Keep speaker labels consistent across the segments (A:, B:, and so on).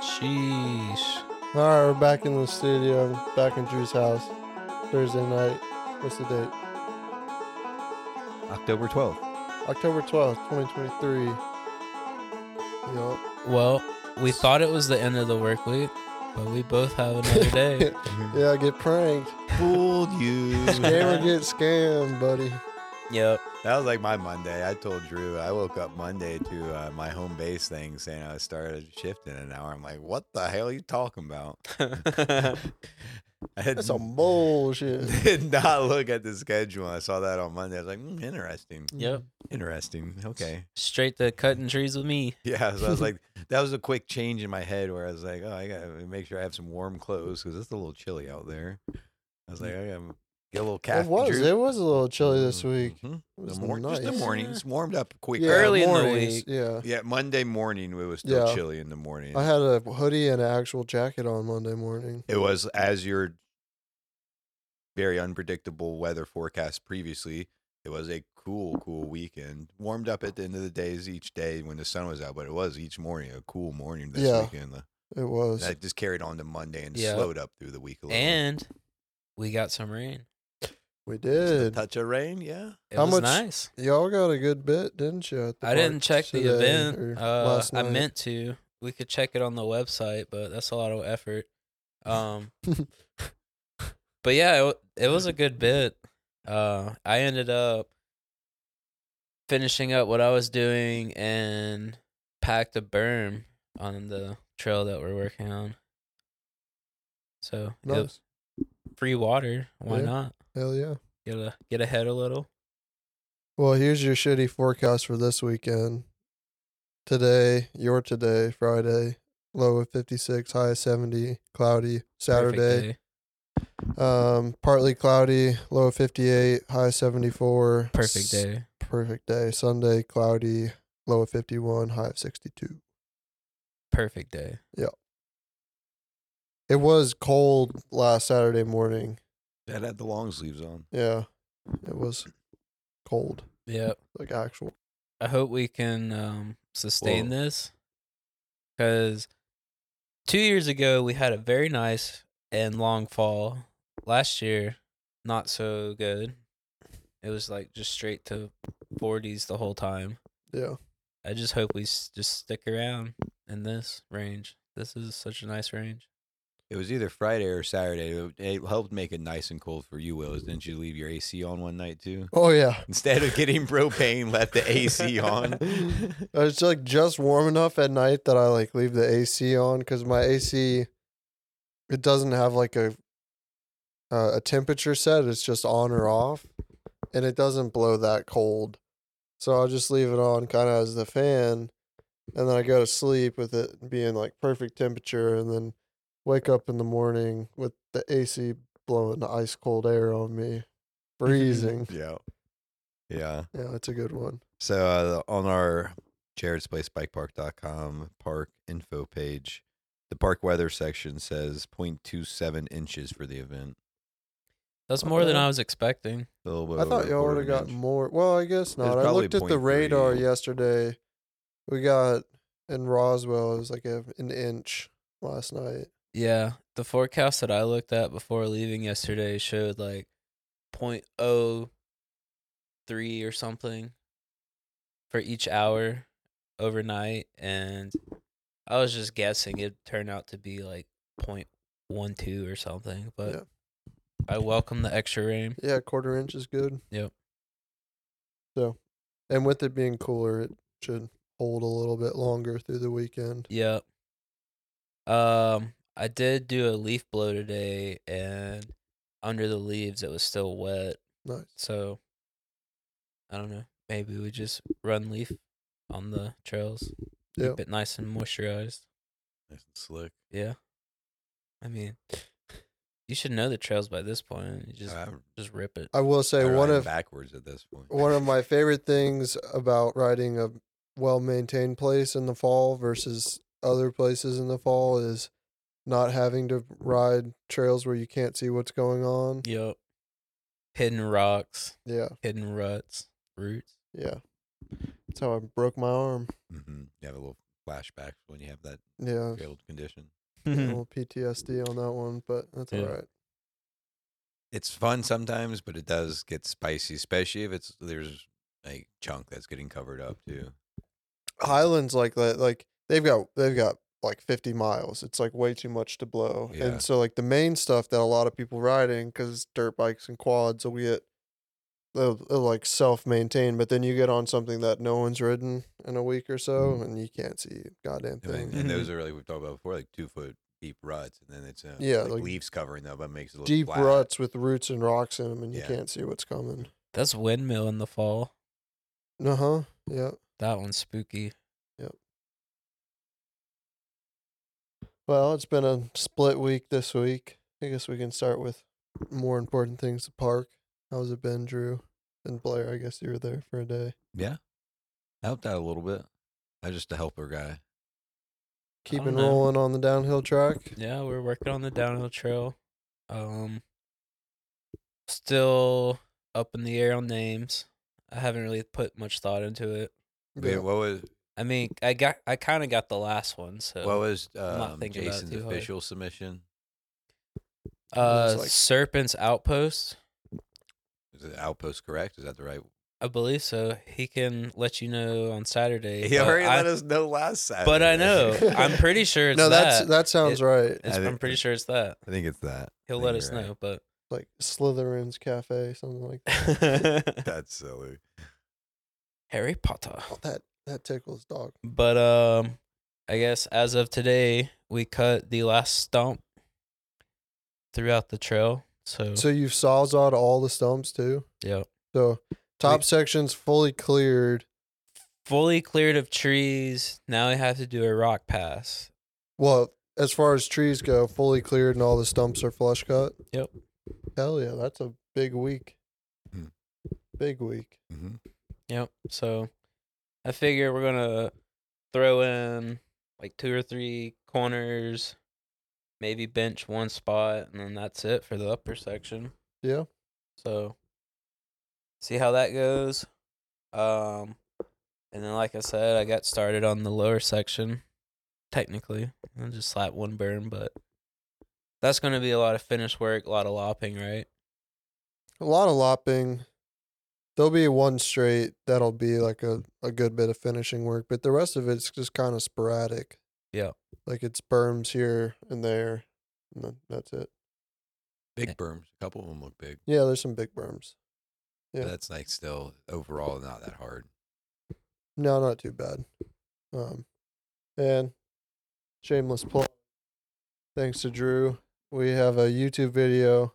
A: Sheesh.
B: All right, we're back in the studio, back in Drew's house. Thursday night. What's the date?
C: October 12th.
B: October 12th, 2023. Yup.
A: Well, we thought it was the end of the work week, but we both have another day.
B: Yeah, I get pranked.
C: Fooled you.
B: Scammer get scammed, buddy.
A: yep.
C: That was like my Monday. I told Drew I woke up Monday to uh, my home base thing saying I started shift in an hour. I'm like, what the hell are you talking about? I had,
B: That's some bullshit.
C: did not look at the schedule. I saw that on Monday. I was like, mm, interesting,
A: Yep.
C: interesting. Okay,
A: Straight to cutting trees with me.
C: yeah. So I was like, that was a quick change in my head where I was like, oh, I gotta make sure I have some warm clothes because it's a little chilly out there. I was like, I gotta get a little
B: It
C: caffeine.
B: was. It was a little chilly this
A: Mm.
C: Mhm,
B: week.
C: mhm.
B: It
C: The
B: was
C: mor- Just the
B: nice.
C: mornings warmed up quicker.
B: Yeah,
A: Early in the
B: mornings,
A: week.
B: Yeah.
C: Yeah, Monday morning it was still
B: Yeah.
C: chilly in the morning.
B: I had a hoodie and an actual jacket on Monday morning.
C: it was as your very unpredictable weather forecast previously. It was a cool, cool weekend. Warmed up at the end of the days each day when the sun was out, but it was each morning a cool morning this
B: Yeah.
C: weekend.
B: It was.
C: That just carried on to Monday and
A: Yeah.
C: slowed up through the week a little. bit.
A: And we got some rain.
B: we
C: Just a
B: did.
C: touch of rain, yeah.
A: It
B: How
A: was
B: much-
A: nice.
B: Y'all got a good bit, didn't you? at the
A: I didn't
B: parks
A: check the
B: today
A: event.
B: or
A: Uh,
B: last
A: I
B: night?
A: meant to. We could check it on the website, but that's a lot of effort. Um, but yeah, it, wa- it was a good bit. Uh, I ended up finishing up what I was doing and packed a berm on the trail that we're working on. So it-
B: Nice.
A: free water. Why
B: Yeah.
A: not?
B: Hell yeah.
A: Get a get ahead a little.
B: Well, here's your shitty forecast for this weekend. Today, your today, Friday, low of 56, high of 70, cloudy.
A: Perfect
B: Saturday,
A: day.
B: um, partly cloudy, low of 58, high of 74.
A: Perfect
B: S-
A: day.
B: Perfect day. Sunday, cloudy, low of 51, high of 62.
A: Perfect day.
B: It was cold last Saturday morning.
C: That had the long sleeves on.
B: Yeah, it was cold,
A: Yep.
B: like actual.
A: I hope we can um, sustain
C: Well-
A: this because two years ago we had a very nice and long fall. Last year, not so good. It was like just straight to 40s the whole time.
B: Yeah.
A: I just hope we s- just stick around in this range. This is such a nice range.
C: It was either Friday or Saturday. It- It helped make it nice and cold for you, Wills. Didn't you leave your AC on one night too?
B: Oh, yeah.
C: Instead of getting propane, left the AC on.
B: Uh, It's like just warm enough at night that I like leave the AC on because my AC it doesn't have like a uh, a temperature set. It's just on or off, and it doesn't blow that cold. So I'll just leave it on kind of as the fan, and then I go to sleep with it being like perfect temperature, and then wake up in the morning with the AC blowing the ice cold air on me, freezing.
C: yeah. Yeah.
B: yeah, that's a good one.
C: So uh, on our Jared's Place bikepark.com park info page, the park weather section says 0.27 inches for the event.
A: That's more than
B: Okay.
A: I was expecting.
C: A little bit
B: I
C: over
B: thought
C: a
B: y'all would
C: quarter
B: have
C: of an
B: gotten
C: inch.
B: more. Well, I guess not. I
C: probably
B: looked at the
C: 0.3.
B: radar yesterday. We got in Roswell. It was like a, an inch last night.
A: Yeah, the forecast that I looked at before leaving yesterday showed like 0.03 or something for each hour overnight, and I was just guessing it turned out to be like 0.12 or something. But
B: Yeah.
A: I welcome the extra rain.
B: Yeah, quarter inch is good.
A: Yep.
B: So, and with it being cooler, it should hold a little bit longer through the weekend.
A: Yep. Um, I did do a leaf blow today, and under the leaves it was still wet.
B: Nice.
A: So I don't know. Maybe we just run leaf on the trails.
B: Yeah.
A: Keep it nice and moisturized.
C: Nice and slick.
A: Yeah. I mean you should know the trails by this point. You just
C: Uh, I'm
A: just rip it.
B: I will say one
C: riding
B: of
C: backwards at this point.
B: one of my favorite things about riding a well maintained place in the fall versus other places in the fall is not having to ride trails where you can't see what's going on.
A: Yep. hidden rocks,
B: Yeah,
A: hidden ruts, roots.
B: yeah. That's how I broke my arm.
C: Mm-hmm. You have a little flashback when you have that
B: Yeah,
C: failed condition.
B: a little PTSD on that one, but that's
A: Yeah.
B: all right.
C: It's fun sometimes, but it does get spicy, especially if it's there's a chunk that's getting covered up
A: Mm-hmm.
C: too.
B: Highlands like that, like they've got they've got like 50 miles. It's like way too much to blow.
C: Yeah.
B: And so like the main stuff that a lot of people riding because dirt bikes and quads will get they'll, they'll like self maintain, but then you get on something that no one's ridden in a week or so, and you can't see a goddamn
C: Mm-hmm. And, then-
B: thing.
C: and
A: Mm-hmm.
C: those are like we've talked about before, like two foot deep ruts, and then it's uh,
B: Yeah,
C: like,
B: like
C: leaves covering them, but makes it look
B: Deep
C: flat.
B: ruts with roots and rocks in them, and
C: Yeah.
B: you can't see what's coming.
A: That's windmill in the fall.
B: Uh huh. Yeah.
A: That one's spooky.
B: Well, it's been a split week this week. I guess we can start with more important things. The park. How's it been, Drew and Blair? I guess you were there for a day.
C: Yeah, I helped out a little bit. I was just a helper guy.
B: Keeping
A: know.
B: rolling on the downhill track.
A: Yeah, we're working on the downhill trail. Um, still up in the air on names. I haven't really put much thought into it.
C: Wait,
B: Yeah.
C: what was
A: I mean, I got, I kind of got the last one. So,
C: what was
A: not
C: um,
A: thinking about it
C: Jason's
A: too hard.
C: official submission?
A: uh,
B: was like-
A: Serpent's Outpost.
C: Is the outpost correct? Is that the right?
A: I believe so. He can let you know on Saturday.
C: He
A: but
C: already
A: Uh, I,
C: let us know last Saturday.
A: but I know. I'm pretty sure it's
B: No, that's
A: that.
B: that, sounds right.
A: It's-
C: I think-
A: I'm pretty sure it's that.
C: I think it's that.
A: He'll
C: think
A: let
C: you're
A: us
C: right.
A: know, but
B: Like Slytherin's Cafe, something like that.
C: That's silly.
A: Harry Potter.
B: Oh, that that tickles dog.
A: But um, I guess as of today, we cut the last stump throughout the trail. So,
B: So you've sawzawed all the stumps too.
A: yeah,
B: So top section's fully cleared.
A: fully cleared of trees. Now we have to do a rock pass.
B: Well, as far as trees go, fully cleared and all the stumps are flush cut.
A: Yep.
B: Hell yeah, that's a big week.
C: Hmm.
B: Big week.
A: Eh.
C: Mhm.
A: Yep. So I figure we're gonna throw in like two or three corners, maybe bench one spot, and then that's it for the upper section.
B: Yeah.
A: So see how that goes. Um and then like I said, I got started on the lower section technically. I just slapped one burn, but that's going to be a lot of finish work, a lot of lopping, right?
B: A lot of lopping. There'll be one straight that'll be like a, a good bit of finishing work, but the rest of it's just kind of sporadic.
A: Yeah.
B: Like it's berms here and there, and then that's it.
A: Yeah.
C: Big berms. A couple of them look big.
B: Yeah, there's some big berms.
C: But
B: Yeah.
C: that's like still overall not that hard.
B: No, not too bad. Um, and shameless plug. Thanks to Drew, we have a YouTube video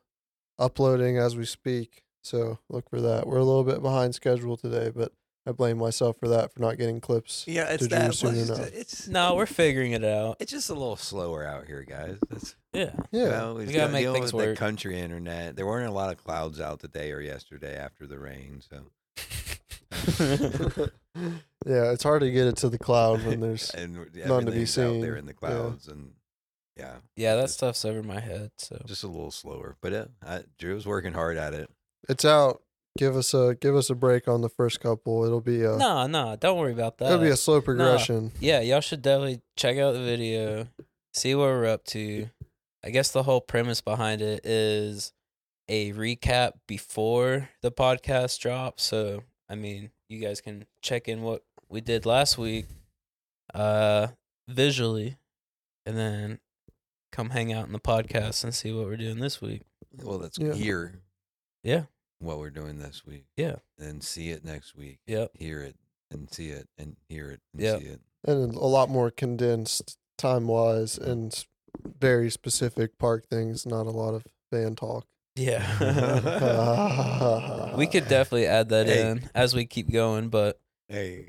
B: uploading as we speak. So look for that. We're a little bit behind schedule today, but I blame myself for that for not getting clips.
C: Yeah,
B: it's Did you that, soon plus enough?
C: it's
A: No, we're figuring it out.
C: it's just a little slower out here, guys. That's
A: Yeah.
B: Yeah.
C: you know, we
A: We
C: just
A: gotta
C: gotta
A: make
C: deal
A: things
C: with
A: work.
C: The country internet. There weren't a lot of clouds out today or yesterday after the rain, so
B: yeah, it's hard to get it to the cloud when there's
C: and
B: None to be
C: everything's out there
B: seen,
C: in
B: yeah.
C: the clouds and yeah,
A: Yeah, that
C: Just-
A: stuff's over my head, so
C: just a little slower. But it, I, Drew was working hard at it.
B: it's out. Give us a give us a break on the first couple. It'll be a
A: No, no, don't worry about that.
B: it'll be a slow progression.
A: yeah, y'all should definitely check out the video, see what we're up to. I guess the whole premise behind it is a recap before the podcast drops. So, I mean, you guys can check in what we did last week uh visually and then come hang out in the podcast and see what we're doing this week.
C: Well, that's
B: Yeah.
C: here.
A: Yeah.
C: What we're doing this week.
A: Yeah.
C: And see it next week.
A: Yep.
C: Hear it and see it and hear it and
A: Yeah.
C: see it.
B: and a lot more condensed time wise and s- very specific park things, not a lot of van talk.
A: Yeah. we could definitely add that
C: Hey.
A: in as we keep going, but
C: Hey,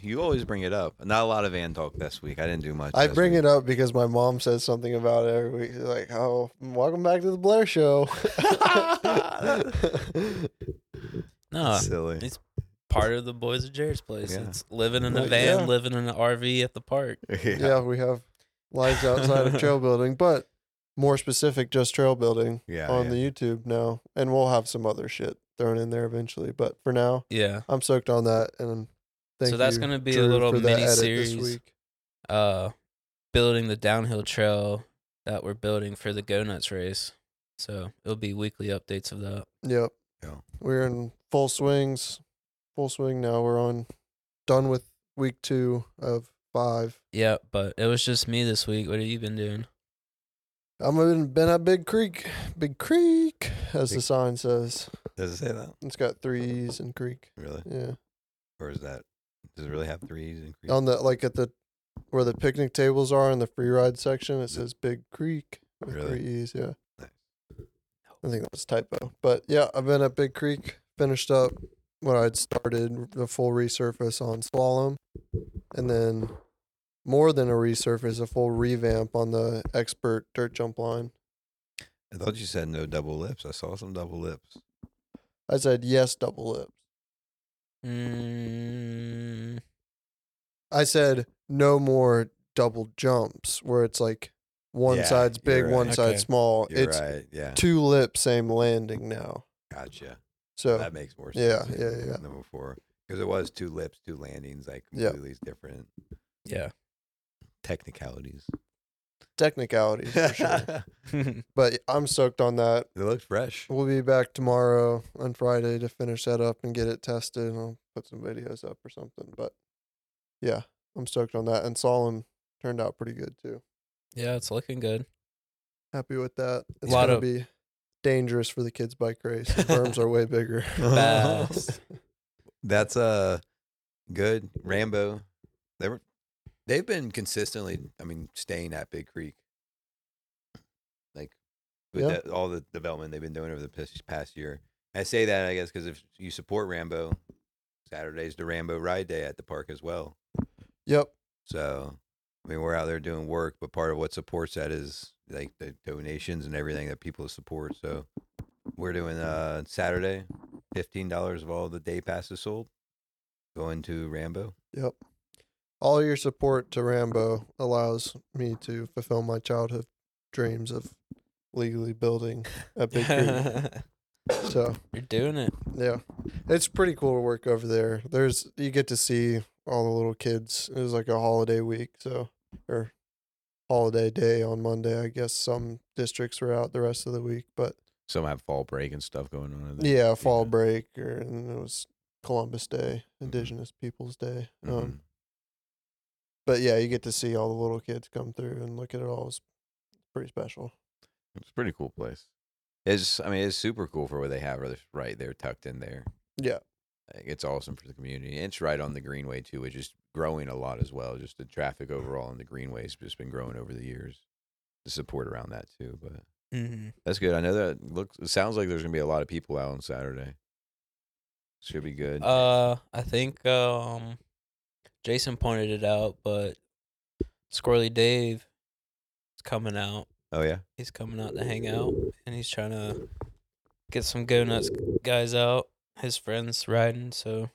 C: you always bring it up. Not a lot of van talk this week. I didn't do much.
B: I bring it up because my mom says something about it every week. She's like, oh, welcome back to the Blair Show.
A: no,
C: Silly.
A: It's part of the boys of Jared's place.
C: Yeah.
A: It's living in a
B: Like,
A: van,
B: yeah.
A: living in an RV at the park.
B: yeah, we have lives outside of trail building, but more specific just trail building
C: Yeah.
B: on
C: yeah.
B: the YouTube now, and we'll have some other shit thrown in there eventually. But for now,
A: Yeah.
B: I'm soaked on that, and thank
A: So that's
B: you,
A: gonna be a
B: Drew,
A: little
B: for that edit
A: mini-series.
B: This week.
A: Uh, building the downhill trail that we're building for the Go Nuts race. So it'll be weekly updates of that.
B: Yep.
C: Yeah.
B: We're in full swings, full swing now. We're on done with week two of five.
A: Yeah, but it was just me this week. What have you been doing?
B: I'm in been at Big Creek, Big Creek, as the
C: Big-
B: sign says.
C: Does it say that?
B: It's got threes and Creek.
C: Really?
B: Yeah.
C: Or is that? Does it really have threes and creep?
B: on the like at the where the picnic tables are in the free ride section. It says Big Creek with
C: Really?
B: three E's. Yeah,
C: Nice.
B: I think that was a typo, but yeah, I've been at Big Creek. Finished up what I'd started the full resurface on Slalom, and then more than a resurface, a full revamp on the expert dirt jump line.
C: I thought you said no double lips. I saw some double lips.
B: I said yes, double lips.
A: Mm,
B: I said no more double jumps where it's like one
C: Yeah,
B: side's
C: you're
B: big, one
C: right.
A: Okay.
B: side's small.
C: You're
B: Oh, it's
C: right. Yeah.
B: two lip, same landing now.
C: Gotcha.
B: So
C: that makes more sense.
B: Oh. yeah, yeah, yeah.
C: Number four, because it was two lips, two landings, like
B: Yeah.
C: completely different
A: yeah.
C: technicalities.
B: technicalities for sure.
A: All
B: but I'm stoked on that.
C: They looked fresh.
B: We'll be back tomorrow on Friday to finish that up and get it tested. And I'll put some videos up or something. But yeah, I'm stoked on that. And Solemn turned out pretty good too.
A: Yeah, it's looking good.
B: Happy with that. It's
A: Lot
B: gonna
A: of-
B: be dangerous for the kids' bike race. The berms are way bigger.
A: Fast.
C: That's uh good. Rambo. They were they've been consistently I mean, staying at Big Creek. Like with
B: Yeah.
C: that, all the development they've been doing over the past, past year. I say that I guess because if you support Rambo, Saturday's the Rambo ride day at the park as well.
B: yep.
C: So I mean we're out there doing work, but part of what supports that is like the donations and everything that people support. So we're doing uh Saturday, fifteen dollars of all the day passes sold. Going to Rambo.
B: Yep. All your support to Rambo allows me to fulfill my childhood dreams of legally building a big creek.
A: You're
B: So
A: doing it.
B: Yeah. It's pretty cool to work over there. There's you get to see all the little kids. It was like a holiday week, so or holiday day on Monday. I guess some districts were out the rest of the week, but
C: Some have fall break and stuff going on. in there.
B: yeah, fall break or and it was Columbus Day,
C: Mhm.
B: Indigenous Peoples Day.
C: Mhm.
B: Um, but yeah, you get to see all the little kids come through and look at it all. It's pretty special.
C: It's a pretty cool place. It's I mean it's super cool for what they have right- right there tucked in there.
B: Yeah.
C: Like, It's awesome for the community. It's right on the Greenway too, which is growing a lot as well. Just the traffic overall on the Greenway's just been growing over the years. The support around that too, but
A: Mm-hmm.
C: that's good. I know that looks. It sounds like there's gonna be a lot of people out on Saturday. Should be good.
A: Uh, I think um, Jason pointed it out, but Squirrely Dave is coming out.
C: oh yeah,
A: He's coming out to hang out, and he's trying to get some Go Nuts guys out. His friends riding, so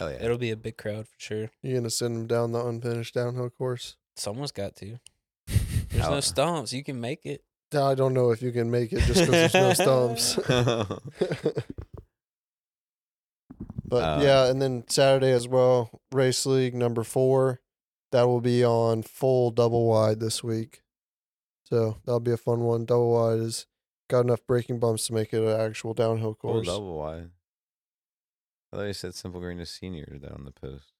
C: oh yeah.
A: it'll be a big crowd for sure.
B: You gonna send them down the unfinished downhill course?
A: Someone's got to. There's no
C: Out.
A: stumps. You can make it.
B: I don't know if you can make it just because there's no stumps. But
C: Uh,
B: yeah, and then Saturday as well, race league number four. That will be on full double wide this week. So that'll be a fun one. Double wide is got enough breaking bumps to make it an actual downhill
C: Full
B: course.
C: double wide. I thought you said Simple Green is senior down on the post.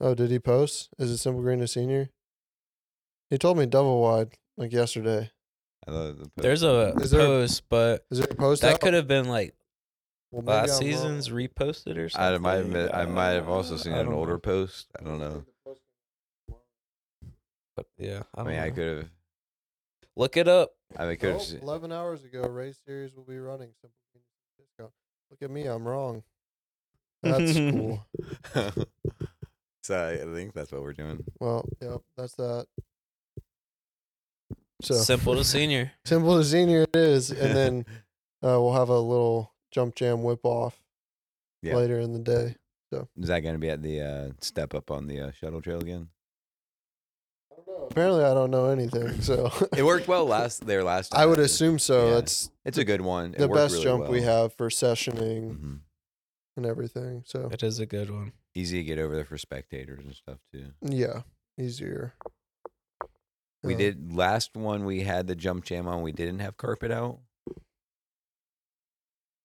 B: Oh, did he post? Is it Simple Green a senior? He told me double wide like yesterday.
C: I thought the post
A: There's a
B: Is there a-
A: post, but
B: Is it a post?
A: that
B: out?
A: could have been like
B: Well, maybe
A: last
B: I'm wrong.
A: season's reposted or
C: I
A: something.
C: might have been- I might have also seen
A: I
C: an
A: don't know.
C: older post. I don't know.
A: But yeah, I,
C: I
A: don't
C: mean,
A: know.
C: I could have.
A: look it up.
C: I mean, could
B: Nope,
C: have.
B: Eleven hours ago, race series will be running. Simple Green discount. Look at me, I'm wrong. That's cool.
C: so I think that's what we're doing.
B: Well, yep, that's that. So
A: Simple to senior.
B: simple to senior it is, and then uh, we'll have a little jump jam whip off
C: Yeah.
B: later in the day.
C: is that going to be at the uh, step up on the uh, shuttle trail again?
B: I don't know. Apparently, I don't know anything, so
C: It worked well last there last time.
B: I would
C: and
B: assume so.
C: Yeah.
B: That's
C: It's a good one. It
B: the
C: worked
B: best
C: really
B: jump we
C: well.
B: have for sessioning
C: Mhm.
B: and everything. So
A: It is a good one.
C: Easy to get over there for spectators and stuff too.
B: yeah, easier.
C: We
B: Uh,
C: did last one. We had the jump jam on. We didn't have carpet out.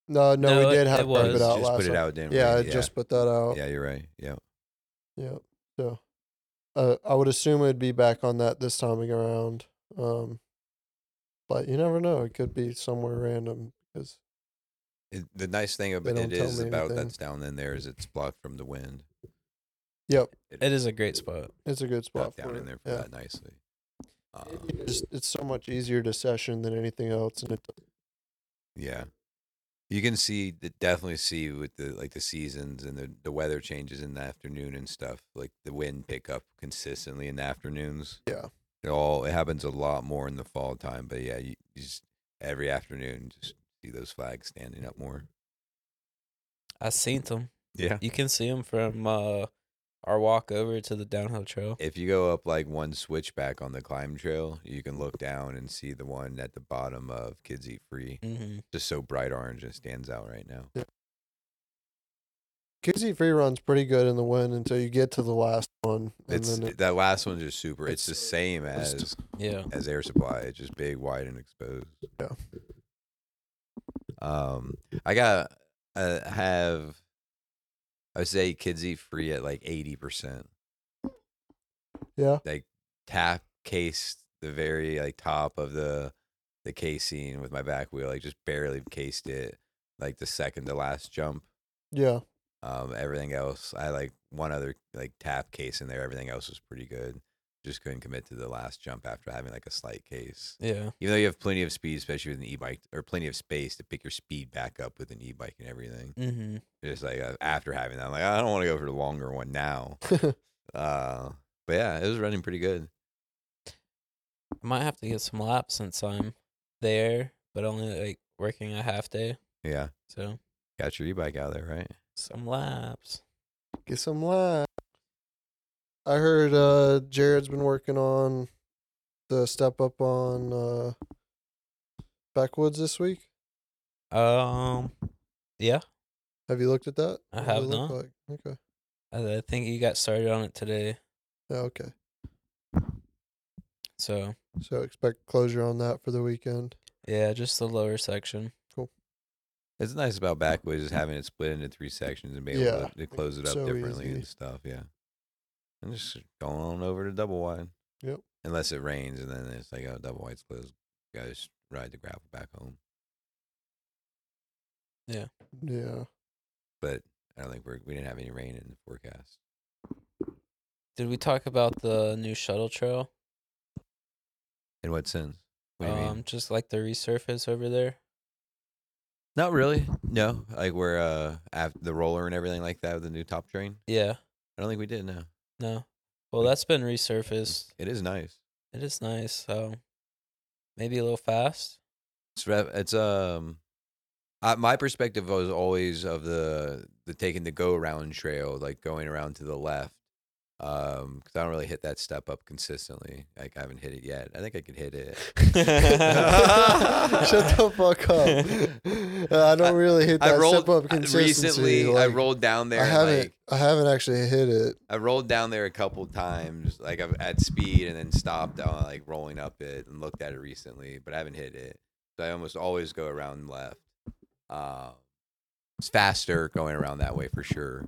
B: No, no,
A: No,
B: we
A: it-
B: did have
A: it
B: to put it
A: was-
B: out
C: just
B: last
C: put it
B: time.
C: out, didn't we?
B: Yeah, I just put that out.
C: yeah, you're right. Yeah,
B: Yeah. So uh, I would assume it'd be back on that this time around. Um, but you never know. It could be somewhere random because
C: It- the nice thing about
B: don't
C: it
B: tell
C: is
B: me
C: about
B: anything.
C: that's down in there is it's blocked from the wind.
B: yep,
A: It is a great spot.
B: it's a good spot for
C: Got down
B: it.
C: in there for
B: yeah.
C: that nicely. Um,
B: It just- it's so much easier to session than anything else, and it
C: yeah, you can see the, definitely see with the like the seasons and the the weather changes in the afternoon and stuff. Like the wind pick up consistently in the afternoons.
B: Yeah.
C: it all it happens a lot more in the fall time. But yeah, you, you just every afternoon just see those flags standing up more.
A: I seen them.
C: Yeah.
A: You can see them from uh, our walk over to the downhill trail.
C: if you go up like one switchback on the climb trail, you can look down and see the one at the bottom of Kids Eat Free.
B: Mm.
A: hmm
C: Just so bright orange, it stands out right now.
B: Kizzy free runs pretty good in the wind until you get to the last one, and
C: It's
B: then it,
C: that last one's just super. It's,
B: it's
C: the same
B: just-
C: as
A: Yeah.
C: as air supply. It's just big, wide, and exposed.
B: Yeah.
C: Um, I got uh, have I would say Kids Eat Free at like eighty percent.
B: yeah,
C: Tap case the very like top of the the casing with my back wheel. Like just barely cased it. Like the second to last jump.
B: yeah,
C: Um, everything else, I had, like one other like tap case in there. Everything else was pretty good. Just couldn't commit to the last jump after having like a slight case.
A: Yeah.
C: Even though you have plenty of speed, especially with an e-bike, or plenty of space to pick your speed back up with an e-bike and everything.
A: hmm
C: It's like uh, after having that, I'm like I don't want to go for the longer one now. Uh, but yeah, it was running pretty good.
A: I might have to get some laps since I'm there, but only like working a half day.
C: Yeah,
A: So
C: got your e-bike out there, right?
A: some laps.
B: get some line. I heard uh, Jared's been working on the step up on uh, backwoods this week.
A: Um, yeah.
B: Have you looked at that?
A: I
B: What does
A: have
B: it look
A: not.
B: Like? Okay.
A: I I think you got started on it today.
B: Yeah, okay.
A: So
B: So expect closure on that for the weekend.
A: yeah, just the lower section.
C: It's nice about Backwoods is having it split into three sections and being
B: Yeah.
C: able to, to close it up
B: So
C: differently
B: easy.
C: and stuff. Yeah, and just going on over to double wide.
B: Yep.
C: Unless it rains, and then it's like, oh, double wide's closed. Guys, ride the gravel back home.
B: Yeah.
C: But I don't think we're we didn't have any rain in the forecast.
A: Did we talk about the new shuttle trail?
C: In what sense? What do you
A: Um,
C: mean?
A: just like the resurface over there.
C: Not really. No, like we're uh after the roller and everything like that with the new top drain.
A: Yeah.
C: I don't think we did. No,
A: No. Well, that's been resurfaced.
C: it is nice.
A: It is nice. So maybe a little fast.
C: It's rev- it's um I, my perspective was always of the the taking the go around trail like going around to the left um cuz I don't really hit that step up consistently like I haven't hit it yet I think I could hit it
B: Shut the fuck up. Uh, I don't really hit
C: I
B: that
C: rolled
B: step up
C: I-
B: consistency.
C: recently I
B: like,
C: rolled down there
B: I haven't
C: like
B: I haven't actually hit it.
C: I rolled down there a couple times like I've at speed and then stopped on like rolling up it and looked at it recently but I haven't hit it so I almost always go around left uh, it's faster going around that way for sure.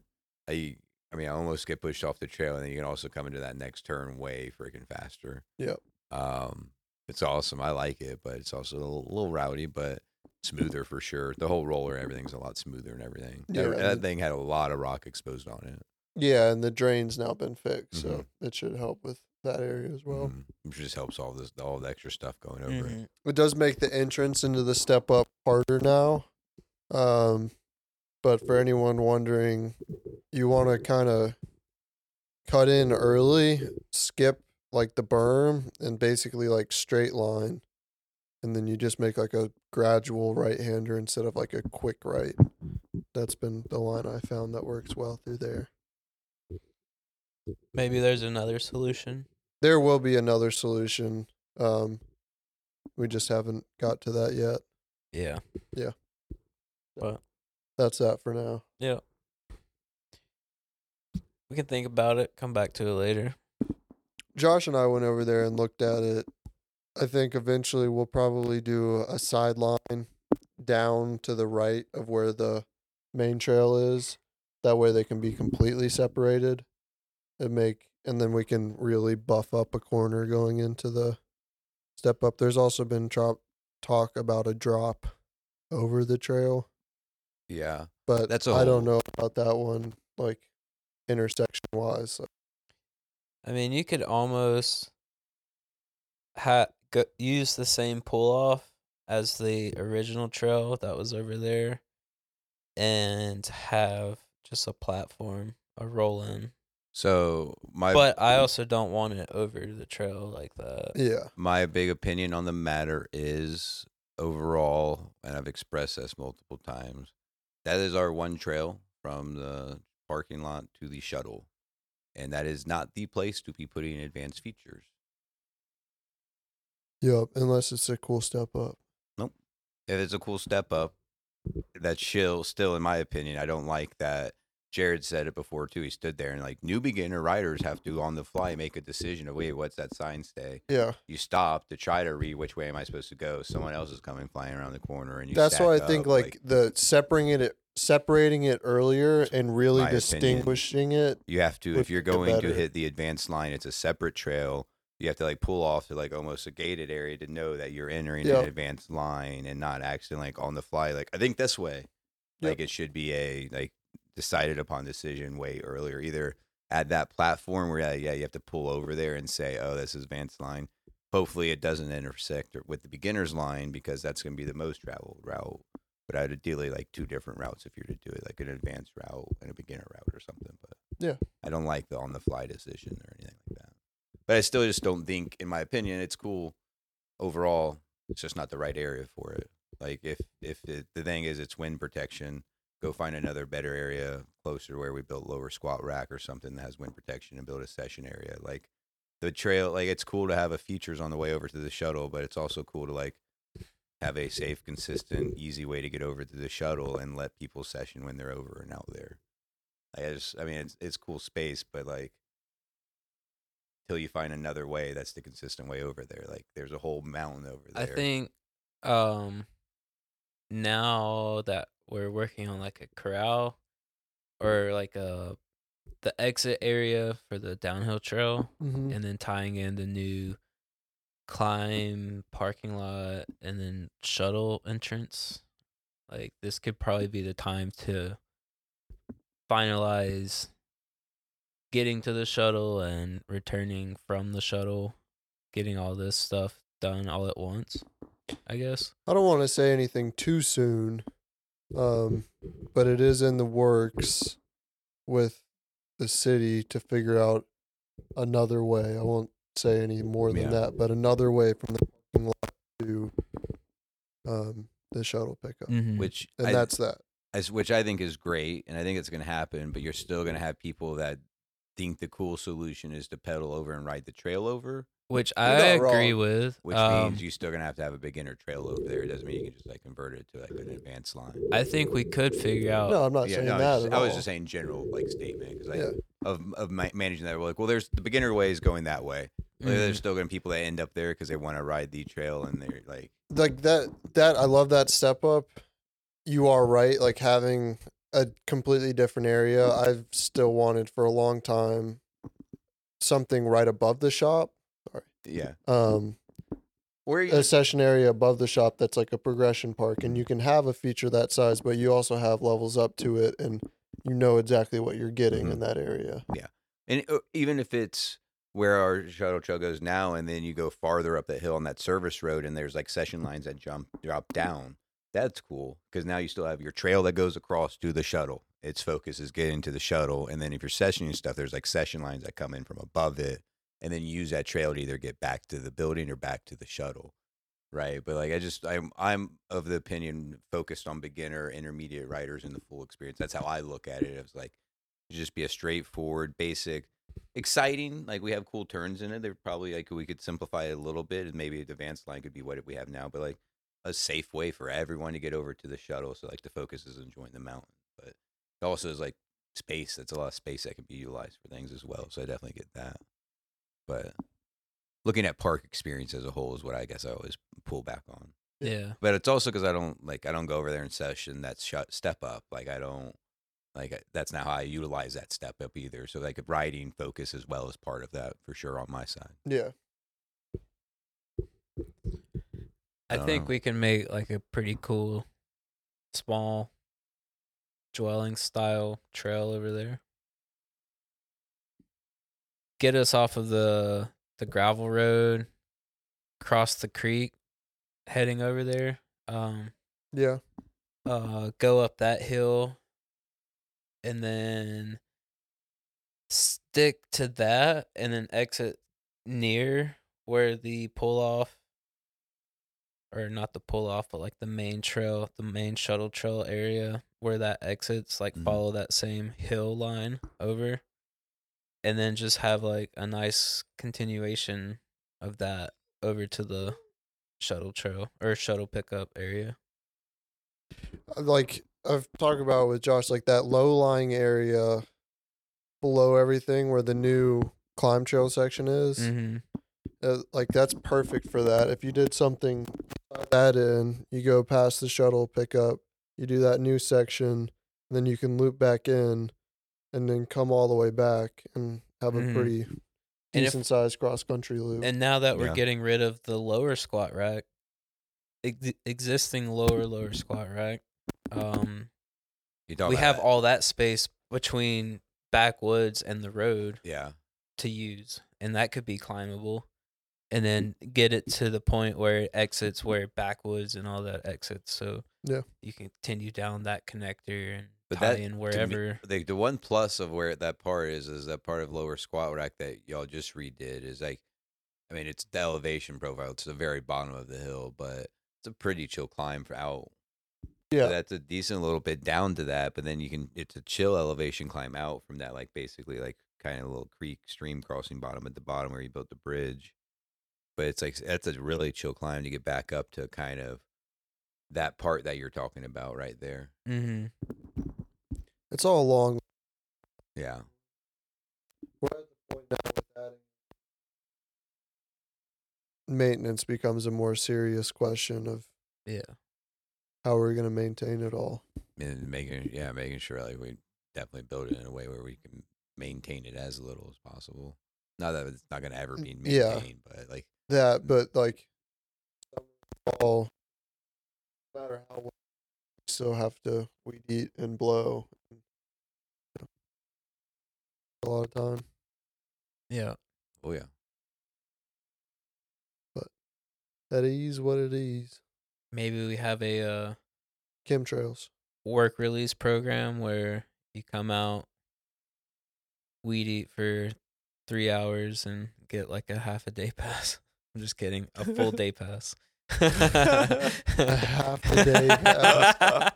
C: I, I mean, I almost get pushed off the trail, and then you can also come into that next turn way freaking faster.
B: Yep.
C: Um, it's awesome. I like it, but it's also a little, little rowdy, but smoother for sure. The whole roller, everything's a lot smoother and everything.
B: Yeah,
C: that,
B: and
C: that
B: the-
C: thing had a lot of rock exposed on it.
B: Yeah, and the drain's now been fixed, so
C: Mm-hmm.
B: it should help with that area as well.
C: Mhm. which just helps all this, all the extra stuff going over it.
A: Mhm.
B: It does make the entrance into the step up harder now. Um, but for anyone wondering, you want to kind of cut in early, skip like the berm, and basically like straight line. And then you just make like a gradual right hander instead of like a quick right. That's been the line I found that works well through there.
A: Maybe there's another solution.
B: there will be another solution. Um, we just haven't got to that yet.
A: Yeah.
B: That's that for now.
A: Yeah. We can think about it, come back to it later.
B: Josh and I went over there and looked at it. I think eventually we'll probably do a sideline down to the right of where the main trail is. That way they can be completely separated and make and then we can really buff up a corner going into the step up. There's also been trop- talk about a drop over the trail,
C: Yeah.
B: but
C: That's
B: That's
C: a
B: I don't know about that one like intersection wise.
A: I mean, you could almost ha- go- use the same pull off as the original trail that was over there and have just a platform, a roll in.
C: So my
A: But I also don't want it over the trail like that.
B: Yeah.
C: my big opinion on the matter is overall, and I've expressed this multiple times, that is our one trail from the parking lot to the shuttle. And that is not the place to be putting advanced features.
B: Yep, unless it's a cool step up.
C: If it's a cool step up, that shill still, in my opinion, I don't like that. Jared said it before too. He stood there and like new beginner riders have to on the fly make a decision of wait, what's that sign say?
B: Yeah,
C: you stop to try to read which way am I supposed to go. Someone else is coming flying around the corner, and you.
B: that's why I
C: stack
B: think
C: up,
B: like, the separating it separating it earlier and really
C: my opinion.
B: distinguishing it.
C: you have to if
B: would
C: you're
B: get
C: going to
B: better.
C: hit the advanced line. It's a separate trail. You have to like pull off to like almost a gated area to know that you're entering
B: Yeah.
C: an advanced line and not acting like on the fly. Like I think this way,
B: Yep.
C: like it should be a like decided upon decision way earlier. Either at that platform where yeah, yeah you have to pull over there and say oh this is advanced line. Hopefully it doesn't intersect or- with the beginner's line because that's going to be the most traveled route. But I'd ideally like two different routes if you're to do it, like an advanced route and a beginner route or something. But I don't like the on the fly decision or anything like that. But I still just don't think, in my opinion, it's cool overall. It's just not the right area for it. Like if if it, the thing is it's wind protection, go find another better area closer where we built lower squat rack or something that has wind protection and build a session area. Like the trail, like it's cool to have a features on the way over to the shuttle, but it's also cool to like have a safe, consistent, easy way to get over to the shuttle and let people session when they're over and out there. Like, I just, I mean, it's it's cool space, but like, till you find another way, that's the consistent way over there. Like, there's a whole mountain over there.
A: I think um now that we're working on like a corral
C: Mm-hmm.
A: or like a the exit area for the downhill trail
B: Mm-hmm.
A: and then tying in the new climb parking lot and then shuttle entrance like this could probably be the time to finalize getting to the shuttle and returning from the shuttle getting all this stuff done all at once i guess
B: I don't want to say anything too soon, um, but it is in the works with the city to figure out another way. I won't say any more than
C: Yeah.
B: that, but another way from the parking lot to um, the shuttle pickup,
A: Mm.
C: which
B: and
C: I,
B: that's that.
C: as, which I think is great, and I think it's gonna happen. But you're still gonna have people that think the cool solution is to pedal over and ride the trail over,
A: which
B: You're
A: i
B: not
A: agree
B: wrong.
A: with
C: which
A: um,
C: means you're still gonna have to have a beginner trail over there. It doesn't mean you can just like convert it to like an advanced line.
A: i think we could figure out
B: No, I'm not saying
C: Oh, no, I
B: that
C: was, just,
B: at
C: I
B: all.
C: was just saying general like statement because like
B: Yeah.
C: of of my, managing that. We're like, well, there's the beginner way is going that way. Like,
A: mm,
B: Mm-hmm.
C: There's still going to be people that end up there because they want to ride the trail and they're like,
B: like that that I love that step up. You are right, like having a completely different area. I've still wanted for a long time something right above the shop.
C: yeah,
B: Um
C: or
B: a
C: you,
B: session area above the shop that's like a progression park and you can have a feature that size, but you also have levels up to it and you know exactly what you're getting in that area.
C: and uh, even if it's where our shuttle trail goes now, and then you go farther up that hill on that service road, and there's like session lines that jump drop down. That's cool because now you still have your trail that goes across to the shuttle. Its focus is getting to the shuttle, and then if you're sessioning stuff, there's like session lines that come in from above it, and then you use that trail to either get back to the building or back to the shuttle. right but like i just i'm i'm of the opinion focused on beginner intermediate riders and the full experience that's how i look at it it's like just be a straightforward basic exciting. Like we have cool turns in it. They're probably like we could simplify it a little bit, and maybe the advanced line could be what we have now, but like a safe way for everyone to get over to the shuttle. So like the focus is enjoying the mountain, but it also is like space. That's a lot of space that can be utilized for things as well. So I definitely get that. But looking at park experience as a whole is what I guess I always pull back on.
A: Yeah.
C: But it's also because I don't like I don't go over there in session. That's shut step up. Like I don't like I- that's not how I utilize that step up either. So like riding focus as well as part of that for sure on my side.
B: Yeah.
A: I,
C: I don't
A: think
C: know.
A: we can make like a pretty cool small dwelling style trail over there. Get us off of the the gravel road, cross the creek, heading over there. Um
B: Yeah.
A: uh go up that hill and then stick to that and then exit near where the pull off or not the pull off but like the main trail the main shuttle trail area where that exits like
C: Mhm.
A: follow that same hill line over and then just have like a nice continuation of that over to the shuttle trail or shuttle pickup area
B: Like I've talked about with Josh, like that low lying area below everything where the new climb trail section is.
A: mm-hmm.
B: uh, like that's perfect for that. If you did something like that in, you go past the shuttle pickup, you do that new section, then you can loop back in, and then come all the way back and have a
A: Mhm.
B: pretty
A: And if-
B: decent sized cross country loop.
A: And now that we're
C: Yeah.
A: getting rid of the lower squat rack, ex- existing lower lower squat rack, um,
C: You talk
A: we
C: about
A: have
C: that.
A: all that space between backwoods and the road
C: yeah.
A: to use, and that could be climbable. And then
C: Mm.
A: get it to the point where it exits, where backwoods and all that exits, so
B: Yeah.
A: you can continue down that connector and
C: But
A: tie
C: that,
A: in
C: To me-
A: wherever.
C: the, the one plus of where that part is is that part of lower squat rack that y'all just redid is like i mean it's the elevation profile it's the very bottom of the hill but it's a pretty chill climb for out So
B: Yeah.
C: that's a decent little bit down to that but then you can it's a chill elevation climb out from that like basically like kind of little creek stream crossing bottom at the bottom where you built the bridge but it's like that's a really chill climb to get back up to kind of that part that you're talking about right there
A: hmm
B: It's all along.
C: yeah
B: We're at the point now with adding maintenance becomes a more serious question of
A: Yeah.
B: how we're going to maintain it all.
C: and making yeah making sure like we definitely build it in a way where we can maintain it as little as possible not that it's not going to ever be maintained
B: Mm, Yeah.
C: but like
B: that, but like all no matter how well, you still have to weed eat and blow a lot of time.
A: Yeah.
C: oh yeah
B: That is what it is.
A: Maybe we have a uh,
B: Chemtrails.
A: work release program where you come out, weed eat for three hours and get like a half a day pass. I'm just kidding, a full day pass.
B: half a day pass.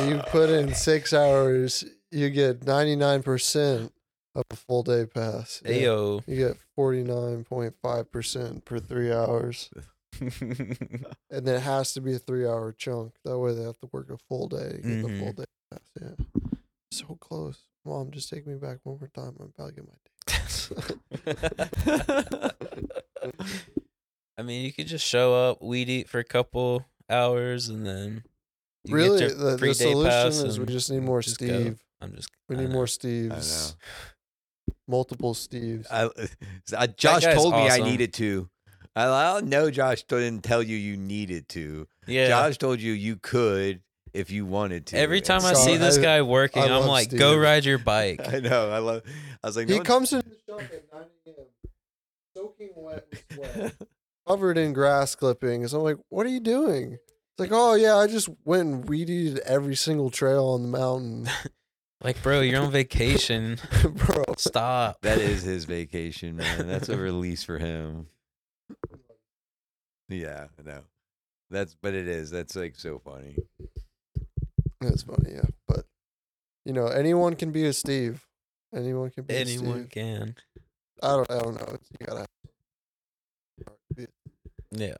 B: You put in six hours, you get ninety nine percent of a full day pass. Yeah.
A: Ayo.
B: You get forty nine point five percent per three hours. And then it has to be a three hour chunk. That way they have to work a full day to get the full
A: Mhm.
B: day pass. Yeah. So close. Mom, just take me back one more time. I'm about to get my day.
A: I mean, you could just show up, weed eat for a couple hours, and then you get
B: really,
A: your
B: the, the
A: free day
B: solution
A: pass
B: is we
A: and
B: just need more
A: just go.
B: Steve.
A: I'm just.
B: We
A: I
B: need
A: know.
B: more Steves. Multiple Steves.
C: I, uh, josh
A: guy's
C: told me i
A: awesome.
C: needed to i I know josh didn't tell you you needed to
A: Yeah.
C: josh told you you could if you wanted to
A: Every
C: And
A: time I
B: So
A: see this
B: I-
A: guy working,
B: I
A: I'm
B: love
A: like, "Go
B: Steven.
A: ride your bike."
C: i know i love i was like
B: he
C: no one-
B: comes in the shop at 9 a.m., soaking wet with sweat, covered in grass clippings. I'm like, what are you doing? It's like, oh, yeah, I just went and weeded every single trail on the mountain.
A: Like, bro, you're on vacation.
B: Bro.
A: Stop.
C: That is his vacation, man. That's a release for him. Yeah, I know. That's but it is. That's like so funny.
B: That's funny, yeah. But you know, anyone can be a Steve. Anyone can be
A: Anyone
B: Steve.
A: can.
B: I don't. I don't know. It's- You gotta.
A: Yeah.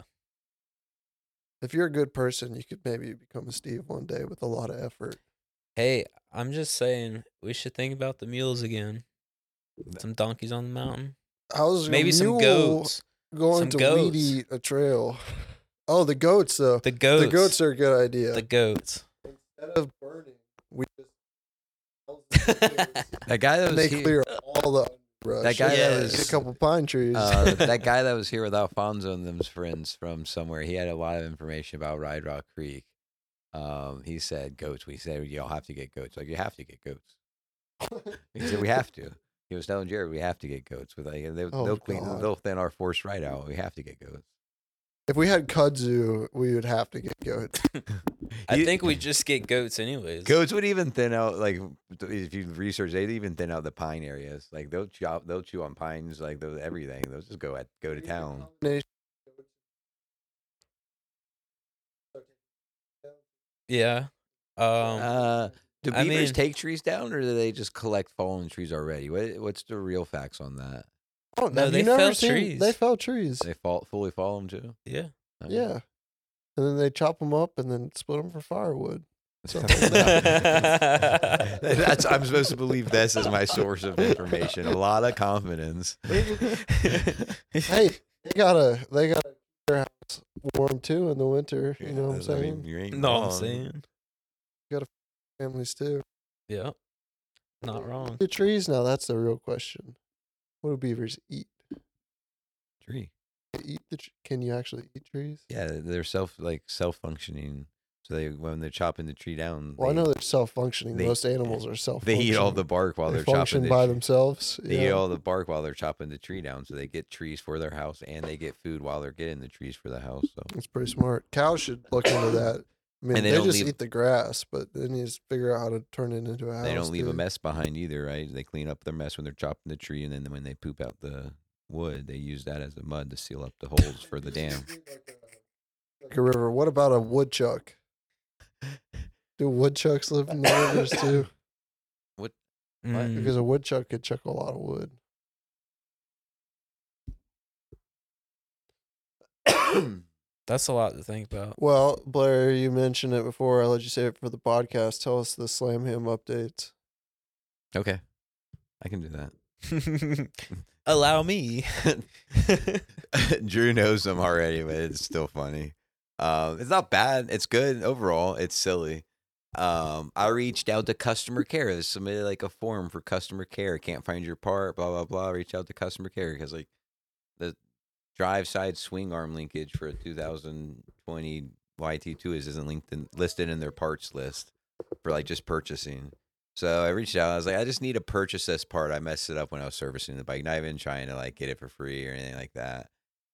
B: If you're a good person, you could maybe become a Steve one day with a lot of effort.
A: Hey, I'm just saying we should think about the mules again. Some donkeys on the mountain.
B: How's
A: Maybe some goats.
B: going
A: some
B: to
A: goats.
B: weed eat a trail? Oh, the goats though.
A: The goats.
B: The goats are a good idea.
A: The goats.
B: Instead of burning, we just
C: That guy that
B: and
C: was
B: they
C: here,
B: clear all the brush.
C: That
A: that
C: guy
B: Get
A: was-
B: a couple pine trees.
C: uh, that guy that was here with Alfonso and them's friends from somewhere. He had a lot of information about Ride Rock Creek. Um, he said goats. We said y'all have to get goats. Like you have to get goats. He said we have to. He was telling Jared we have to get goats. With like they,
B: Oh,
C: they'll clean,
B: God.
C: they'll thin our force right out. We have to get goats.
B: if we had kudzu, we would have to get goats.
A: I
C: You-
A: think we just get goats anyways.
C: Goats would even thin out like if you research, they'd even thin out the pine areas. Like they'll chop, they'll chew on pines, like those everything. They'll just go at go to town.
A: Um, Yeah. Um
C: Uh, do
A: I
C: beavers
A: mean-
C: take trees down, or do they just collect fallen trees already? What what's the real facts on that?
B: I don't know.
A: No,
B: Have
A: they
B: you never
A: fell
B: seen-
A: trees.
B: They fell trees.
C: They fall fully fall them too.
A: yeah.
C: Okay.
B: Yeah. And then they chop them up and then split them for firewood.
C: That's I'm supposed to believe this is my source of information. A lot of confidence.
B: Hey, they gotta they gotta keep their house warm too in the winter. You know what I'm
C: I mean,
B: saying?
C: you ain't
A: No, I'm
C: wrong.
A: saying.
B: Families too.
A: Yeah. Not wrong.
B: The trees now. That's the real question. What do beavers eat?
C: tree.
B: They Eat the? tr- Can you actually eat trees?
C: Yeah, they're self like self functioning. So they when they're chopping the tree down,
B: Well, I
C: they,
B: know they're self-functioning.
C: they-
B: Most animals are self.
C: they eat all the bark while
B: they
C: they're
B: function
C: chopping the
B: by
C: tree.
B: themselves.
C: They eat
B: yeah.
C: all the bark while they're chopping the tree down, so they get trees for their house and they get food while they're getting the trees for the house. So
B: That's pretty smart. Cows should look into that. I mean,
C: And they
B: they,
C: don't
B: just
C: leave-
B: eat the grass, but then you just figure out how to turn it into a house.
C: they don't leave a
B: too.
C: mess behind either, right? They clean up their mess when they're chopping the tree, and then when they poop out the wood, they use that as the mud to seal up the holes for the dam.
B: Like a river. What about a woodchuck? Do woodchucks live in the rivers too?
A: Mm.
B: Because a woodchuck could chuck a lot of wood.
A: That's a lot to think about.
B: Well, Blair, you mentioned it before. I let you say it for the podcast. Tell us the Slam Ham updates.
C: Okay, I can do that.
A: Allow me.
C: Drew knows them already, but it's still funny. Um, it's not bad. It's good overall. It's silly. Um, I reached out to customer care. They submitted like a form for customer care. Can't find your part. Blah blah blah. Reach out to customer care because like the drive side swing arm linkage for a 2020 YT2 is isn't linked in, listed in their parts list for like just purchasing. So I reached out. I was like, I just need to purchase this part. I messed it up when I was servicing the bike, not even trying to like get it for free or anything like that.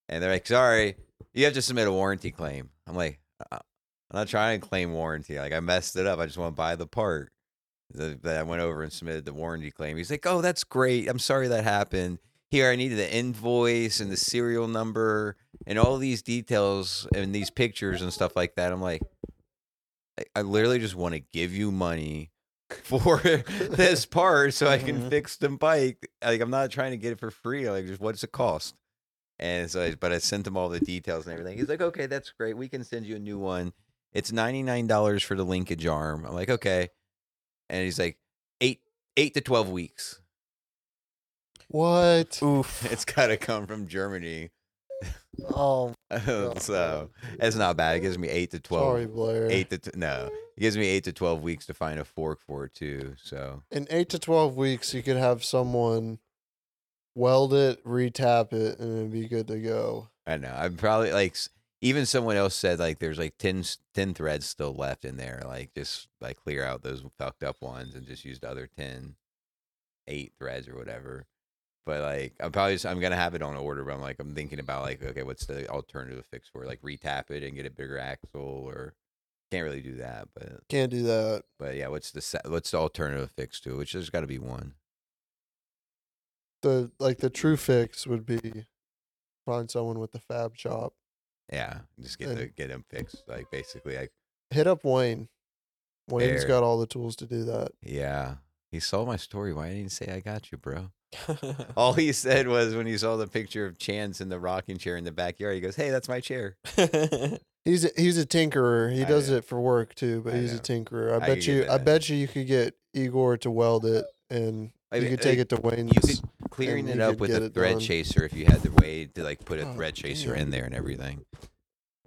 C: And they're like, sorry, you have to submit a warranty claim. I'm like, "Uh, I'm not trying to claim warranty. Like I messed it up. I just want to buy the part. The- That I went over and submitted the warranty claim. He's like, oh, that's great. I'm sorry that happened. Here, I needed the invoice and the serial number and all these details and these pictures and stuff like that. I'm like, I, I literally just want to give you money for this part so I can
B: Mm-hmm.
A: Mhm.
C: fix the bike. Like I'm not trying to get it for free. Like just what's the cost? And so, I- but I sent him all the details and everything. He's like, okay, that's great. We can send you a new one. It's ninety nine dollars for the linkage arm. I'm like, okay. And he's like, eight eight to twelve weeks.
B: What?
A: Oof.
C: It's gotta come from Germany.
B: Oh,
C: so it's not bad. It gives me eight to twelve.
B: sorry, Blair.
C: Eight to t- no. It gives me eight to twelve weeks to find a fork for it too. So
B: In eight to twelve weeks, you could have someone weld it, retap it, and it'd be good to go.
C: I know. I'm probably like s- even someone else said like there's like 10, s- 10 threads still left in there. Like just like clear out those fucked up ones and just use the other 10, eight threads or whatever. But like I'm probably just, I'm gonna have it on order, but I'm like I'm thinking about like okay, what's the alternative fix for it? like retap it and get a bigger axle or can't really do that, but
B: Can't do that.
C: but yeah, what's the se- what's the alternative fix to it? Which there's got to be one.
B: The like the true fix would be find someone with the fab shop.
C: Yeah, just get
B: And-
C: the, get them fixed. Like basically, like
B: Hit up Wayne. Wayne's
C: There.
B: got all the tools to do that.
C: Yeah. He saw my story. Why didn't he say I got you, bro? All he said was when he saw the picture of Chance in the rocking chair in the backyard, he goes, Hey, that's my chair.
B: He's a, he's a tinkerer. He
C: I
B: does
C: know.
B: it for work too, but
C: I
B: he's a
C: know.
B: tinkerer. I,
C: I could
B: bet
C: get
B: you. I
C: behind
B: bet you you could get Igor to weld it, and
C: I
B: you
C: mean,
B: could take
C: uh,
B: it to Wayne's.
C: You could clearing
B: you
C: it up
B: could
C: with
B: get
C: a
B: it
C: thread
B: done.
C: chaser if you had the way to like put a
B: Oh,
C: thread chaser
B: damn.
C: in there and everything.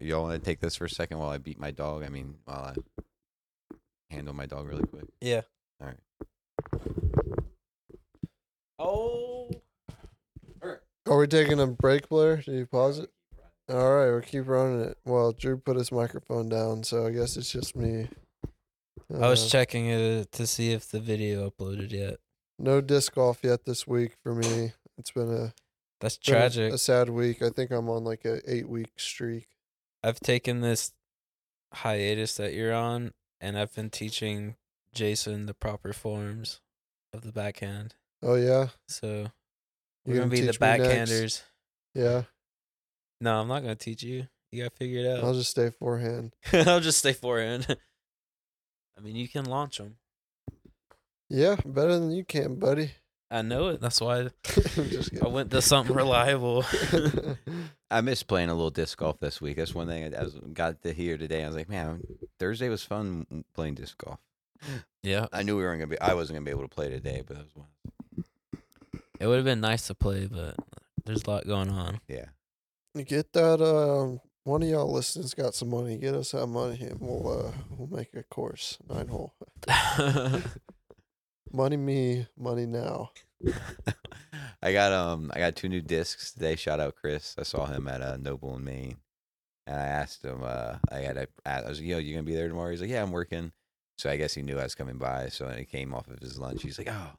C: Y'all want to take this for a second while I beat my dog? I mean, while I handle my dog really quick.
A: yeah.
C: All right.
A: Oh.
B: Are we taking a break, Blair? Did you pause it? All right, we'll keep running it. Well, Drew put his microphone down, so I guess it's just me.
A: I was
B: Uh,
A: checking it to see if the video uploaded yet.
B: no disc golf yet this week for me. It's been a
A: That's
B: been a-
A: tragic.
B: a sad week. I think I'm on like a eight week streak.
A: I've taken this hiatus that you're on, and I've been teaching Jason the proper forms of the backhand.
B: Oh yeah,
A: So
B: You
A: we're gonna
B: gonna
A: be the
B: teach me next?
A: backhanders.
B: yeah.
A: No, I'm not gonna teach you. You gotta figure it
B: I'll
A: out.
B: just stay forehand.
A: I'll just stay forehand. I mean, you can launch them.
B: Yeah, better than you can, buddy.
A: I know it. That's why
B: I'm just
A: I went to something reliable.
B: kidding.
C: I miss playing a little disc golf this week. That's one thing I I was, got to hear today. I was like, man, Thursday was fun m- playing disc golf.
A: yeah,
C: I knew we weren't gonna be. I wasn't gonna be able to play today, but that was one.
A: it would have been nice to play, but there's a lot going on.
C: Yeah,
B: Get that. Um, one of y'all listeners got some money. Get us that money, and we'll uh, we'll make a course nine hole. Money me, money now.
C: I got um, I got two new discs today. Shout out Chris. I saw him at uh, Noble in Maine, and I asked him. Uh, I had a- I was like, yo, you gonna be there tomorrow? He's like, yeah, I'm working. So I guess he knew I was coming by. So when he came off of his lunch, he's like, oh,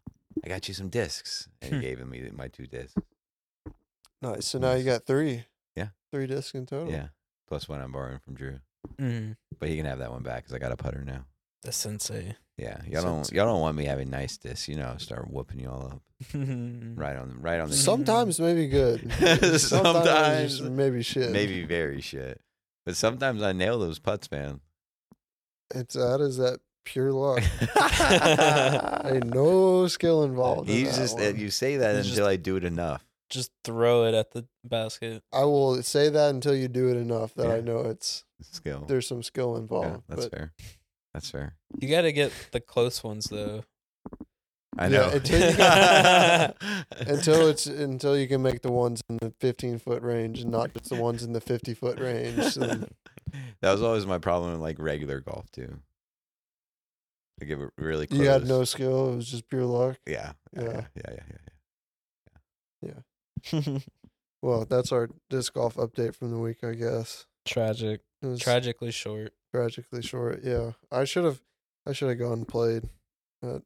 C: I got you some discs, and he
A: Hmm.
C: gave me my two discs.
B: Nice. So now you got three.
C: Yeah.
B: Three discs in total.
C: Yeah, plus one I'm borrowing from Drew,
A: mm,
C: but he can have that one back because I got a putter now.
A: the sensei.
C: Yeah, y'all don't
B: Sounds
C: y'all don't want me having nice discs, you know. Start whooping y'all up
A: Hmm.
C: right on right on the
B: Sometimes maybe good.
C: Sometimes.
B: it's maybe shit.
C: maybe very shit, but sometimes I nail those putts, man.
B: it's that is that pure luck. Ain't no skill involved. in
C: you
B: that
C: just
B: one.
C: you say that
A: You
C: until
A: just-
C: I do it enough.
A: Just throw it at the basket.
B: I will say that until you do it enough that I
C: Yeah.
B: know it's
C: Skill.
B: there's some skill
C: Yeah,
B: involved.
C: that's
B: but
C: fair. That's fair.
A: You got to get the close ones though.
C: I
B: Yeah,
C: know.
B: until
A: you got-
B: until it's until you can make the ones in the 15 foot range and not just the ones in the 50 foot range. Then
C: that was always my problem in like regular golf too. I give it really. Close.
B: you had no skill. It was just pure luck.
C: Yeah. Yeah.
B: Yeah.
C: Yeah. Yeah. yeah, yeah.
B: Well, that's our disc golf update from the week, I guess.
A: Tragic,
B: It was
A: tragically short.
B: tragically short. Yeah, I should have, I should have gone and played at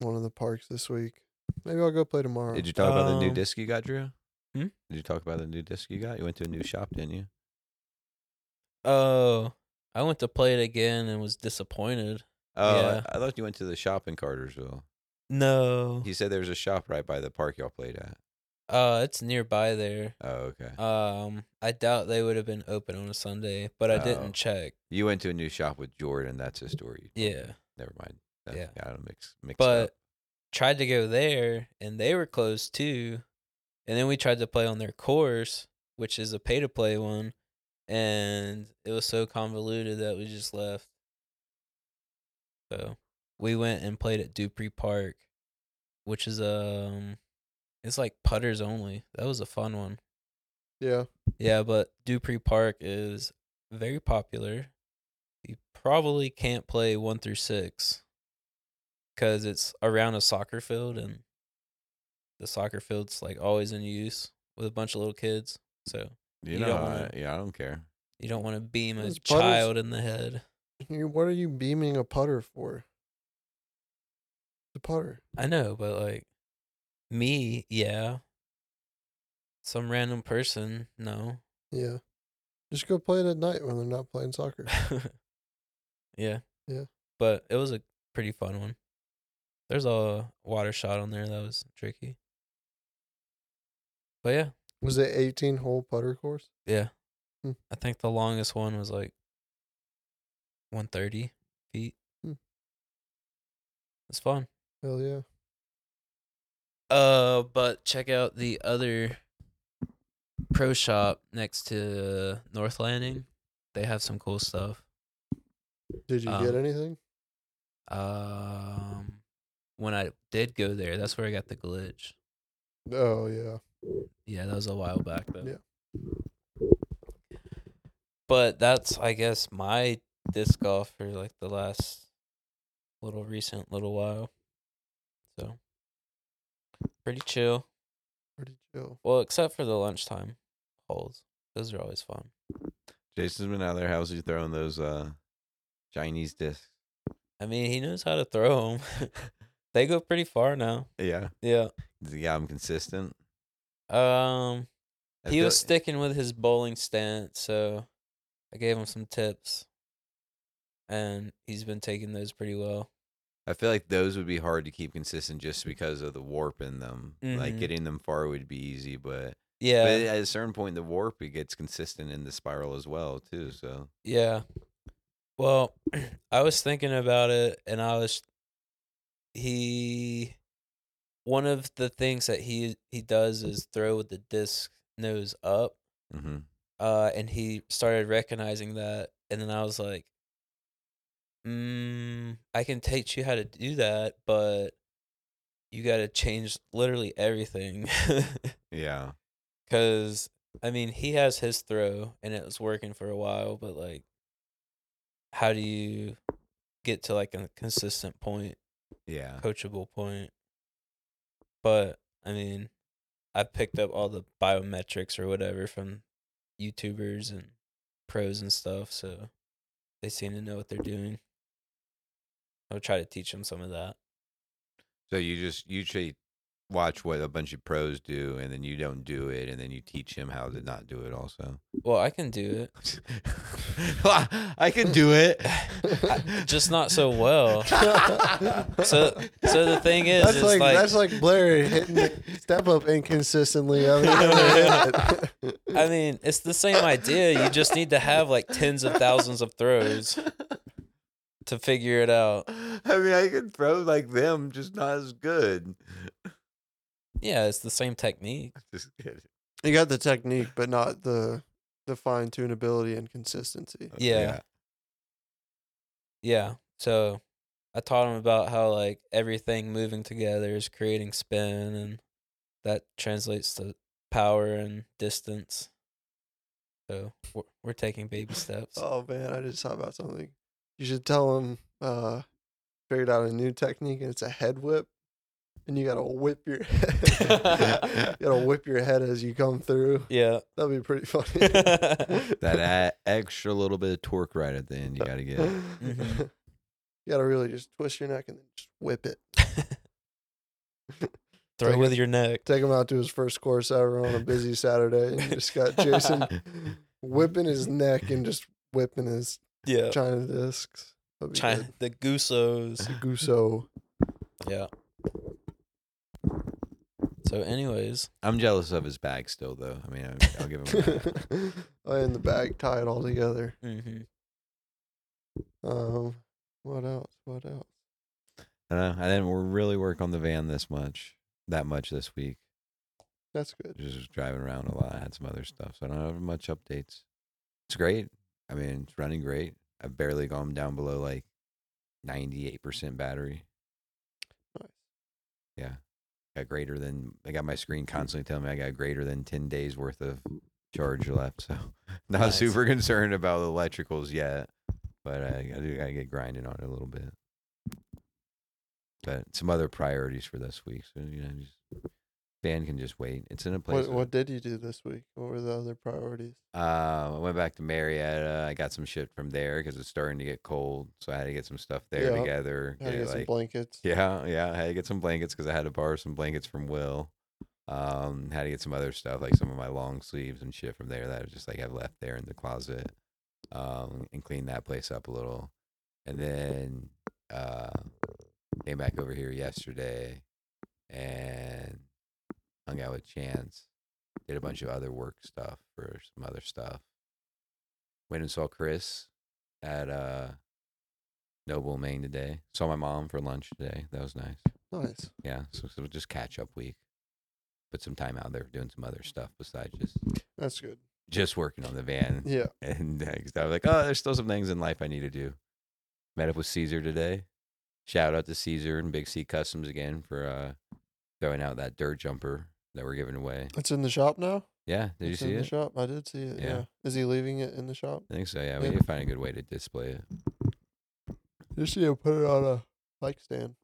B: one of the parks this week. Maybe I'll go play tomorrow.
C: Did you talk about the new
A: Um,
C: disc you got, Drew?
A: Hmm?
C: Did you talk about the new disc you got? You went to a new shop, didn't you?
A: Oh, I went to play it again and was disappointed.
C: Oh, I-
A: Yeah.
C: I, thought you went to the shop in Cartersville.
A: No.
C: He said there was a shop right by the park y'all played at.
A: Uh, it's nearby there.
C: Oh, okay.
A: Um, I doubt they would have been open on a Sunday, but I
C: Oh.
A: didn't check.
C: You went to a new shop with Jordan. That's his story.
A: Yeah.
C: Never mind. That
A: Yeah.
C: Got him mix, mixed up.
A: But tried to go there and they were closed too. And then we tried to play on their course, which is a pay to play one, and it was so convoluted that we just left. So we went and played at Dupree Park, which is um it's like putters only. That was a fun one.
B: yeah,
A: Yeah, but Dupree Park is very popular. You probably can't play one through six because it's around a soccer field, and the soccer field's like always in use with a bunch of little kids. So
C: You,
A: you
C: know,
A: don't
C: how
A: wanna-
C: I- yeah, I don't care.
A: you don't want to beam a
B: Those putters-
A: child in the head.
B: You- what are you beaming a putter for? The putter.
A: I know, but like me, yeah. Some random person, no.
B: Yeah, just go play it at night when they're not playing soccer.
A: yeah.
B: Yeah.
A: But it was a pretty fun one. There's a water shot on there that was tricky. But yeah,
B: Was it 18 hole putter course?
A: yeah.
B: Hmm.
A: I think the longest one was like 130 feet.
B: Hmm.
A: It's fun.
B: Hell yeah.
A: Uh, but check out the other pro shop next to North Landing. They have some cool stuff.
B: Did you get
A: Um,
B: anything?
A: Um, when I did go there, that's where I got the glitch.
B: Oh yeah.
A: Yeah, that was a while back though.
B: Yeah.
A: But that's I guess my disc golf for like the last little recent little while. So pretty chill.
B: Pretty chill.
A: Well, except for the lunchtime holes. Those are always fun.
C: Jason's been out there. How's he throwing those uh Chinese discs?
A: I mean, he knows how to throw them. they go pretty far now.
C: Yeah,
A: Yeah.
C: Does he got 'em consistent.
A: Um
C: I
A: he
C: feel-
A: was sticking with his bowling stance, so I gave him some tips. And he's been taking those pretty well.
C: I feel like those would be hard to keep consistent just because of the warp in them. Like
A: Mhm.
C: getting them far would be easy, but
A: Yeah.
C: But at a certain point, the warp it gets consistent in the spiral as well too. So
A: Yeah. Well, I was thinking about it and I was he one of the things that he he does is throw with the disc nose up.
C: hmm
A: Uh and he started recognizing that and then I was like mm, I can teach you how to do that, but you got to change literally everything.
C: yeah,
A: Cause I mean, he has his throw, and it was working for a while, but like, how do you get to like a consistent point,
C: yeah,
A: coachable point? But I mean, I picked up all the biometrics or whatever from YouTubers and pros and stuff, so they seem to know what they're doing. I'll try to teach them some of that.
C: So you just you usually watch what a bunch of pros do, and then you don't do it, and then you teach him how to not do it. Also,
A: Well, I can do it,
C: I can do it,
A: just not so well. So, so the thing is,
B: That's
A: is
B: like,
A: like
B: that's like Blair hitting the step up inconsistently. I've never hit it.
A: I mean, it's the same idea. You just need to have like tens of thousands of throws to figure it out.
C: I mean, I can throw like them, just not as good.
A: Yeah, it's the same technique.
C: Just kidding.
B: You got the technique, but not the the fine tunability and
C: Oh,
B: consistency.
A: Yeah. Yeah. So I taught him about how like everything moving together is creating spin and that translates to power and distance. So we're, we're taking baby steps.
B: Oh man, I just thought about something. You should tell him uh figured out a new technique and it's a head whip. And you gotta whip your head. you gotta whip your head as you come through.
A: Yeah.
B: That'd be pretty funny.
A: Mhm.
C: that uh, a- extra little bit of torque right at the end you got to get.
B: you gotta really just twist your neck and then just whip it.
A: Throw with your neck.
B: Take him out to his first course ever on a busy Saturday and you just got Jason whipping his neck and just whipping his
A: Yeah.
B: China discs. That'd be
A: China, the goosos.
B: good. Guso.
A: Yeah. So, anyways,
C: I'm jealous of his bag still, though. I mean, I- I'll give him. That.
B: I in the bag, tie it all together.
A: mm-hmm.
B: Um, what else? What else?
C: I don't know. I didn't wor- really work on the van this much, that much this week.
B: That's good.
C: Just was driving around a lot. I had some other stuff, so I don't have much updates. It's great. I mean, it's running great. I've barely gone down below like 98% battery.
B: Nice.
C: Yeah, got greater than. I got my screen
B: Hmm.
C: constantly telling me I got greater than 10 days worth of charge left. So not
A: Nice.
C: super concerned about electricals yet, but I, I do gotta get grinding on it a little bit. But some other priorities for this week. So you know, just fan can just wait. It's in a
B: What
C: place. that-
B: What did you do this week? What were the other priorities?
C: Uh, I went back to Marietta. I got some shit from there because it's starting to get cold, so I had to get some stuff there
B: Yeah.
C: together.
B: Had to
C: get,
B: get some
C: like-
B: blankets.
C: yeah, yeah. I had to get some blankets because I had to borrow some blankets from Will. Um, had to get some other stuff like some of my long sleeves and shit from there that I just like have left there in the closet. Um, and clean that place up a little, and then uh, came back over here yesterday and hung out with Chance. Did a bunch of other work stuff for some other stuff. Went and saw Chris at uh Noble, Maine today. Saw my mom for lunch today. That was nice.
B: Nice.
C: Yeah, so, so just catch up week. Put some time out there doing some other stuff besides just
B: That's good.
C: just working on the van.
B: Yeah.
C: And uh, 'cause I was like, oh, there's still some things in life I need to do. Met up with Caesar today. Shout out to Caesar and Big C Customs again for uh, throwing out that dirt jumper that we're giving away.
B: It's in the shop now.
C: Yeah, did you
B: it's
C: see
B: in
C: it?
B: the shop? I did see it.
C: Yeah.
B: Yeah. Is he leaving it in the shop?
C: I think so. Yeah, we
B: Yeah.
C: need to find a good way to display it.
B: You see him put it on a bike stand.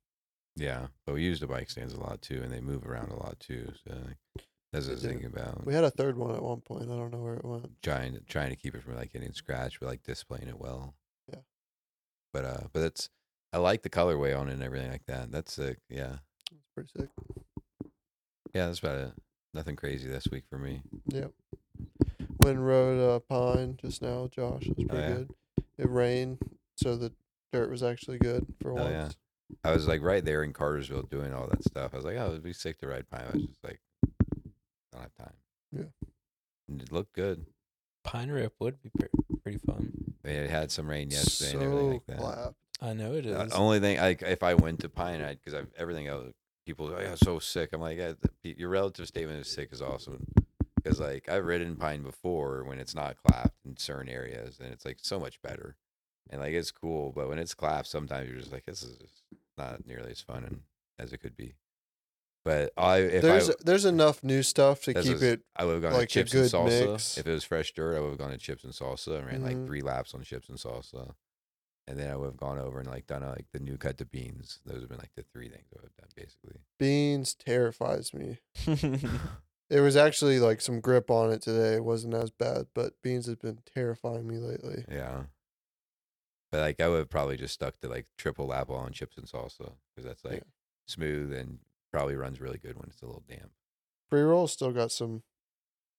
C: Yeah, but we use the bike stands a lot too, and they move around a lot too. So like, that's what I was
B: They do.
C: thinking about.
B: We had a third one at one point. I don't know where it went.
C: trying trying to keep it from like getting scratched, but like displaying it well.
B: Yeah.
C: But uh, but that's I like the colorway on it and everything like that. That's sick. Yeah,
B: It's pretty sick.
C: yeah. That's about it. Nothing crazy this week for me.
B: Yep. When rode uh, Pine just now, Josh. It was pretty
C: Oh, yeah?
B: good. It rained, so the dirt was actually good for
C: Oh,
B: once.
C: yeah. I was like right there in Cartersville doing all that stuff. I was like, oh, it'd be sick to ride pine. I was just like, I don't have time.
B: Yeah.
C: And it looked good.
A: Pine Rip would be pre- pretty fun.
C: It had some rain yesterday
B: so
C: and everything like that.
B: clap.
A: I know it is.
C: The Uh,
B: Uh,
C: only thing, like, if I went to Pine, I'd because I've everything else, people, are, oh, yeah, so sick. I'm like, yeah, th- your relative statement of sick is awesome because, like, I've ridden Pine before when it's not clapped in certain areas, and it's like so much better, and like it's cool. But when it's clapped, sometimes you're just like, this is just not nearly as fun and, as it could be. But I, if
B: There's
C: I,
B: there's enough new stuff to
C: that's
B: keep
C: just-
B: it.
C: I would have gone
B: like, a
C: to chips
B: good
C: and salsa.
B: mix.
C: If it was fresh dirt, I would have gone to chips and salsa and ran like
B: Mhm.
C: three laps on chips and salsa. And then I would have gone over and like done uh, like the new cut to beans. Those have been like the three things I would have done basically.
B: Beans terrifies me. oh.
A: It's
B: There was actually like some grip on it today. It wasn't as bad, but beans has been terrifying me lately.
C: Yeah. But like I would have probably just stuck to like triple lap on chips and salsa because that's like
B: Yeah.
C: smooth and probably runs really good when it's a little damp.
B: Pre roll still got some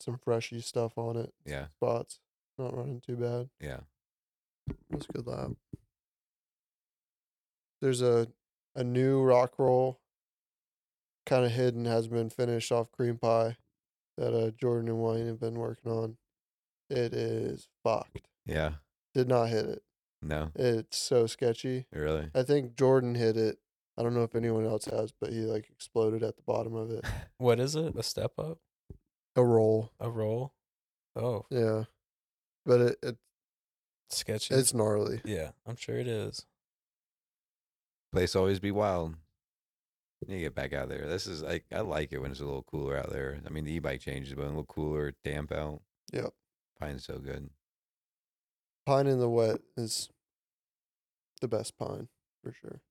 B: some freshy stuff on it.
C: Yeah.
B: Spots not running too bad.
C: Yeah.
B: That's a good lap. There's a a new rock roll, kind of hidden, has been finished off cream pie, that uh, Jordan and Wayne have been working on. It is fucked.
C: Yeah.
B: Did not hit it.
C: No.
B: It's so sketchy.
C: Really?
B: I think Jordan hit it. I don't know if anyone else has, but he like exploded at the bottom of it.
A: what is it? A step up?
B: A roll.
A: A roll? Oh,
B: Yeah. But it, it
A: sketchy.
B: it's gnarly.
A: yeah, I'm sure it is.
C: place always be wild. You get back out there. This is like I like it when it's a little cooler out there. I mean, the e-bike changes, but a little cooler, damp out.
B: Yep.
C: Pine's so good.
B: Pine in the wet is the best pine for sure.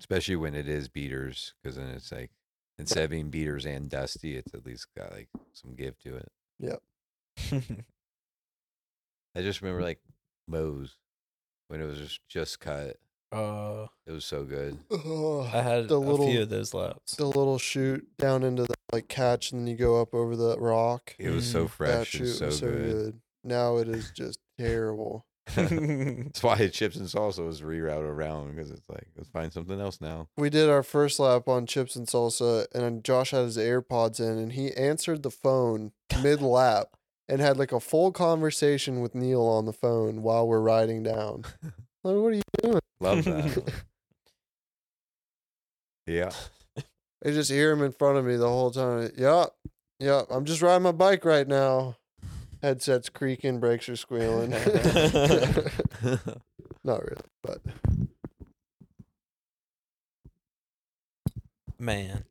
C: especially when it is beaters, because then it's like instead of being beaters and dusty, it's at least got like some give to it. I just remember like Moe's when it was just, just cut.
A: uh,
C: It was so good.
B: Ugh,
A: I had
B: the
A: a
B: little
A: few of those laps.
B: the little shoot down into the like catch, and then you go up over the rock.
C: It was so
A: Mm,
B: Mm-hmm. That
C: fresh
B: shoot
C: and
B: was
C: so,
B: so
C: good.
B: good. Now it is just terrible.
C: That's why chips and salsa was rerouted around because it's like let's find something else now.
B: We did our first lap on chips and salsa, and then Josh had his AirPods in, and he answered the phone mid lap and had like a full conversation with Neil on the phone while we're riding down. Like, what are you?
C: Love that. yeah.
B: I just hear him in front of me the whole time. Yup, yup. I'm just riding my bike right now. Headsets creaking, brakes are squealing. Not really, but
A: Man,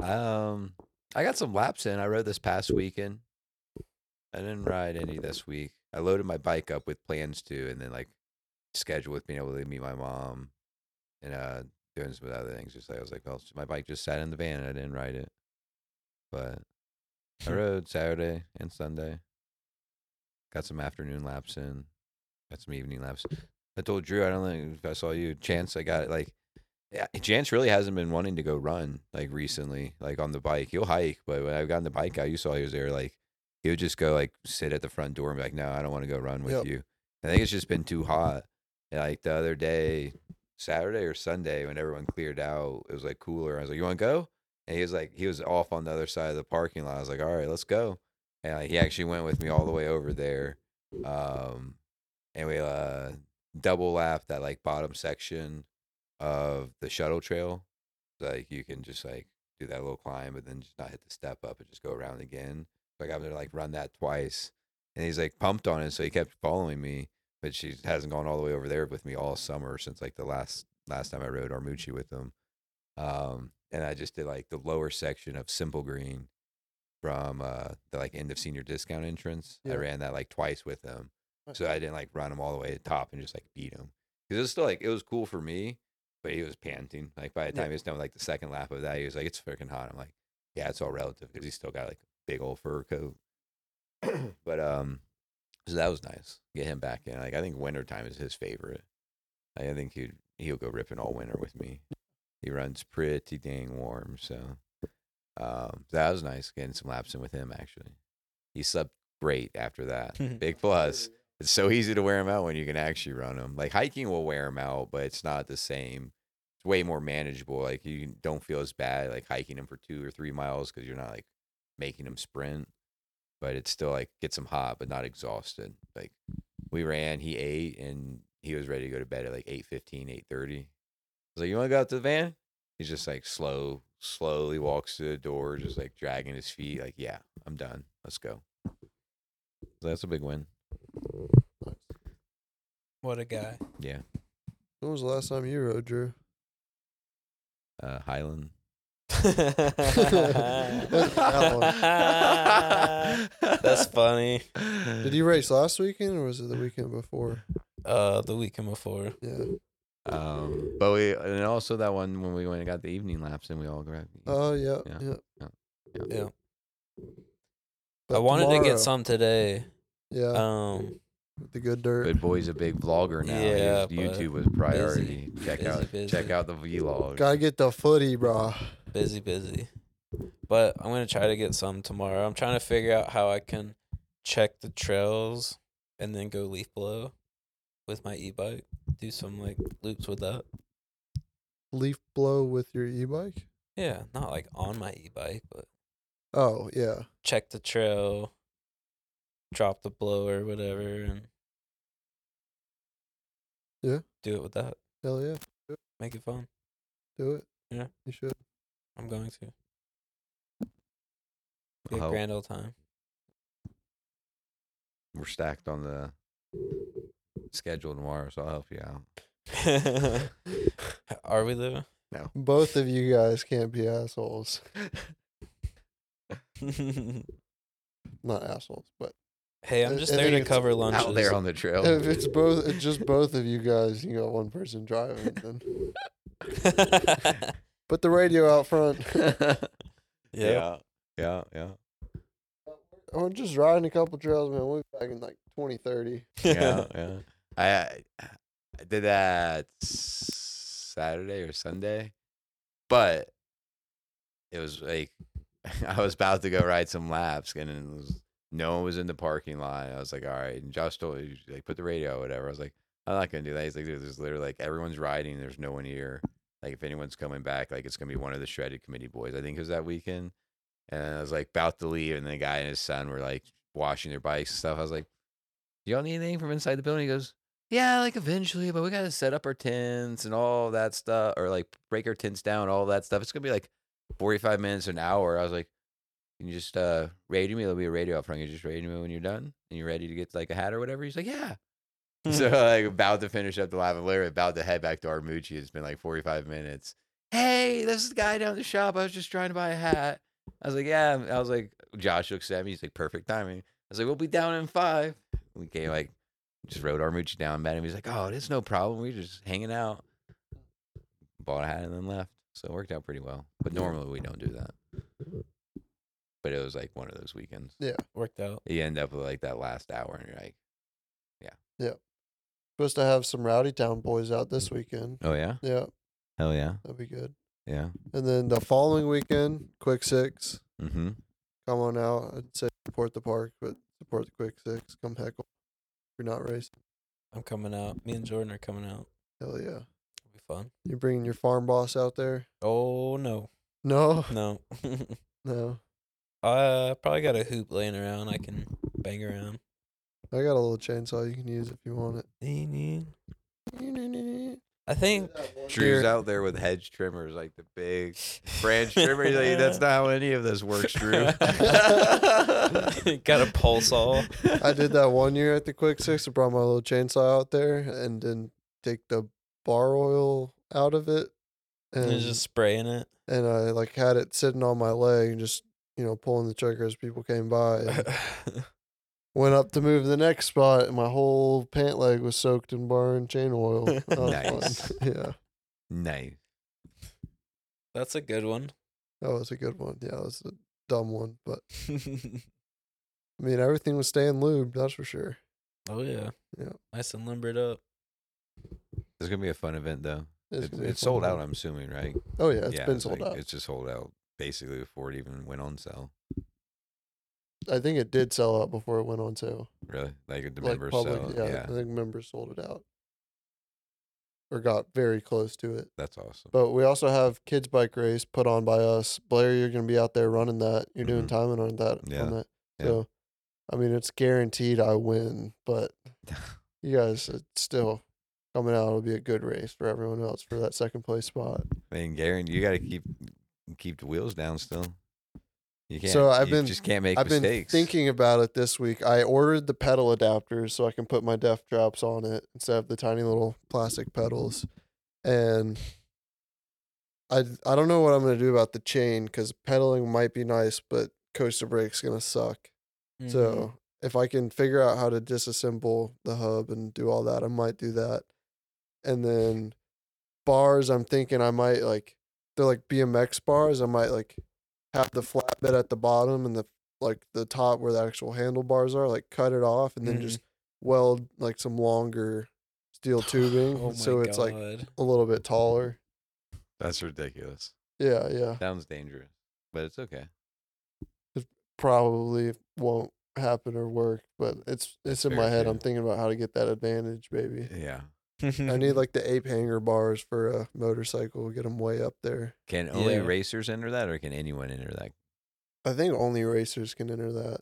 C: Um, I got some laps in. I rode this past weekend. I didn't ride any this week. I loaded my bike up with plans to, and then like schedule with being able to meet my mom, and uh, doing some other things. Just like I was like, well, my bike just sat in the van. And I didn't ride it, but I rode Saturday and Sunday. Got some afternoon laps in. Got some evening laps. I told Drew, I don't know if I saw you. Chance, I got like yeah, Jance really hasn't been wanting to go run like recently, like on the bike. He'll hike, but when I've gotten the bike out, you saw he was there. Like he would just go like sit at the front door and be like, "No, I don't want to go run with
B: Yep.
C: you." I think it's just been too hot. And, like the other day, Saturday or Sunday, when everyone cleared out, it was like cooler. I was like, "You want to go?" And he was like, he was off on the other side of the parking lot. I was like, "All right, let's go." And like, he actually went with me all the way over there. Um, and we uh double lap that like bottom section of the shuttle trail. Like you can just like do that little climb, but then just not hit the step up and just go around again. Like I'm gonna like run that twice, and he's like pumped on it, so he kept following me. But she hasn't gone all the way over there with me all summer since like the last last time I rode Armucci with him. Um, and I just did like the lower section of Simple Green from uh the like end of senior discount entrance. I
B: Yeah.
C: ran that like twice with him.
B: Nice.
C: So I didn't like run him all the way to the top and just like beat him. Cause it was still like it was cool for me, but he was panting. Like by the
B: Yeah.
C: time he was done with like the second lap of that, he was like, It's freaking hot. I'm like, Yeah, it's all relative because he's still got like a big old fur coat. but um so that was nice. Get him back in. Like I think wintertime is his favorite. Like, I think he'd he'll go ripping all winter with me. He runs pretty dang warm, so um, that was nice getting some laps in with him. Actually, he slept great after that. Big plus. It's so easy to wear him out when you can actually run him. Like hiking will wear him out, but it's not the same. It's way more manageable. Like you don't feel as bad like hiking him for two or three miles because you're not like making him sprint. But it's still like gets him hot, but not exhausted. Like we ran, he ate, and he was ready to go to bed at like 8.15, 8.30. I was like, you want to go out to the van? He's just like slow, slowly walks to the door, just like dragging his feet. Like, yeah, I'm done. Let's go. So that's a big win.
A: What a guy.
C: Yeah.
B: When was the last time you rode, Drew?
C: Uh, Highland.
A: That's funny.
C: Uh,
B: Did you race last weekend or was it the weekend before?
A: Uh, the weekend before.
B: Yeah.
C: Um, but we, and also that one when we went and got the evening laps and we all grabbed.
B: Oh yeah,
C: Yeah.
B: yeah.
A: Yeah.
B: But
A: I wanted to
B: tomorrow-
A: get some today.
B: Yeah,
A: Um,
B: with the good dirt.
C: Good boy's a big vlogger now.
A: Yeah,
C: His
A: but
C: YouTube was priority. Check
A: busy,
C: out,
A: busy.
C: check out the vlog.
B: Gotta get the footy, bro.
A: busy, busy. But I'm gonna try to get some tomorrow. I'm trying to figure out how I can check the trails and then go leaf blow with my e-bike. Do some like loops with that.
B: Leaf blow with your e-bike.
A: Yeah, not like on my e-bike, but
B: Oh yeah,
A: check the trail, drop the blower, whatever, and
B: Yeah.
A: do it with that.
B: hell yeah,
A: Make it fun.
B: do it.
A: Yeah.
B: you should.
A: I'm going to be a
C: Oh,
A: grand old time.
C: we're stacked on the schedule tomorrow, so I'll help you out.
A: Are we though?
B: Both of you guys can't be assholes. Not assholes, but
A: hey, I'm
B: I-
A: just
B: I
A: there
B: think
A: to
B: it's
A: cover lunches.
C: Out there on the trail.
B: if it's both, it's just both of you guys. You got one person driving. Then put the radio out front.
A: yeah.
C: Yeah. Yeah.
B: I'm just riding a couple trails, man. We'll be back in like 2030.
C: Yeah. yeah. I, I did that Saturday or Sunday, but it was like I was about to go ride some laps, and it was, no one was in the parking lot. I was like, all right. And Josh told me, like, put the radio or whatever. I was like, I'm not gonna do that. He's like, dude, there's literally like everyone's riding. There's no one here. Like, if anyone's coming back, like it's gonna be one of the shredded committee boys. I think it was that weekend. And I was like about to leave, and the guy and his son were like washing their bikes and stuff. I was like, "Do y'all need anything from inside the building?" He goes, "Yeah, like eventually, but we gotta set up our tents and all that stuff, or like break our tents down, all that stuff. It's gonna be like 45 minutes an hour." I was like, "Can you just uh radio me? There'll be a radio up front. You just radio me when you're done and you're ready to get like a hat or whatever." He's like, "Yeah." so like about to finish up the live, I'm literally about to head back to Armucci. It's been like 45 minutes. Hey, this is the guy down at the shop. I was just trying to buy a hat. I was like, yeah. I was like, Josh looks at me. He's like, perfect timing. I was like, we'll be down in five. We came like, just rode Armucci down, met him. He's like, oh, it's no problem. We are just hanging out. Bought a hat and then left. So it worked out pretty well. But normally we don't do that. But it was like one of those weekends.
A: Worked out.
C: You end up with like that last hour and you're like,
B: Supposed to have some Rowdy Town boys out this weekend.
C: oh, yeah?
B: Yeah,
C: Hell yeah.
B: that'd be good.
C: Yeah.
B: And then the following weekend, Quick Six,
C: Mm hmm.
B: come on out. I'd say support the park, but support the Quick Six. Come heckle. If you're not racing,
A: I'm coming out. Me and Jordan are coming out.
B: hell yeah.
A: It'll be fun.
B: You bringing your farm boss out there?
A: Oh no,
B: No,
A: no.
B: no.
A: I uh, probably got a hoop laying around. I can bang around.
B: I got a little chainsaw you can use if you want it.
A: Lean in. I think
C: Drew's
B: Here.
C: out there with hedge trimmers, like the big branch trimmers. Like, that's not how any of this works, Drew.
A: Got a pulse all.
B: I did that one year at the Quick Six. I brought my little chainsaw out there and then take the bar oil out of it, and
A: is just spraying it.
B: and I like had it sitting on my leg and just you know pulling the trigger as people came by. And went up to move to the next spot, and my whole pant leg was soaked in bar and chain oil. That was fun.
C: Nice.
B: yeah,
C: nice.
A: That's a good one.
B: that was a good one. Yeah, that was a dumb one, but I mean everything was staying lubed. That's for sure.
A: oh yeah.
B: Yeah.
A: Nice and limbered up.
C: It's gonna be a fun event, though.
B: It's
C: It,
B: gonna be
C: it's
B: fun.
C: sold out, I'm assuming, right?
B: Oh yeah, it's
C: Yeah,
B: been
C: it's
B: sold
C: like-
B: out.
C: It's just sold out basically before it even went on sale.
B: I think it did sell out before it went on sale.
C: Really, like the
B: like
C: members
B: public,
C: sell.
B: yeah,
C: Yeah,
B: I think members sold it out or got very close to it.
C: that's awesome.
B: But we also have kids bike race put on by us. Blair, you're going to be out there running that. You're doing
C: Mhm.
B: timing on that.
C: Yeah,
B: On that.
C: yeah.
B: So, I mean, it's guaranteed I win, but you guys, it's still coming out. It'll be a good race for everyone else for that second place spot.
C: Man, Garen, you got to keep keep the wheels down still. You can't.
B: So I've
C: you
B: been-
C: just can't make
B: I've
C: mistakes.
B: been thinking about it this week. I ordered the pedal adapters so I can put my deaf drops on it instead of the tiny little plastic pedals. And I I don't know what I'm gonna do about the chain because pedaling might be nice, but coaster brake's gonna suck. So
A: Mm-hmm.
B: if I can figure out how to disassemble the hub and do all that, I might do that. And then bars, I'm thinking I might like they're like BMX bars. I might like have the flatbed at the bottom and the like the top where the actual handlebars are, like cut it off and then
A: Mhm.
B: just weld like some longer steel tubing.
A: Oh my
B: so it's like
A: God.
B: a little bit taller.
C: That's ridiculous.
B: Yeah, yeah.
C: Sounds dangerous, but it's okay.
B: Probably won't happen or work, but it's it's in my
C: fair,
B: head.
C: too.
B: I'm thinking about how to get that advantage, baby.
C: Yeah.
B: I need
A: Mm-hmm.
B: like the ape hanger bars for a motorcycle. Get them way up there.
C: Can only
A: Yeah.
C: racers enter that, or can anyone enter that?
B: I think only racers can enter that.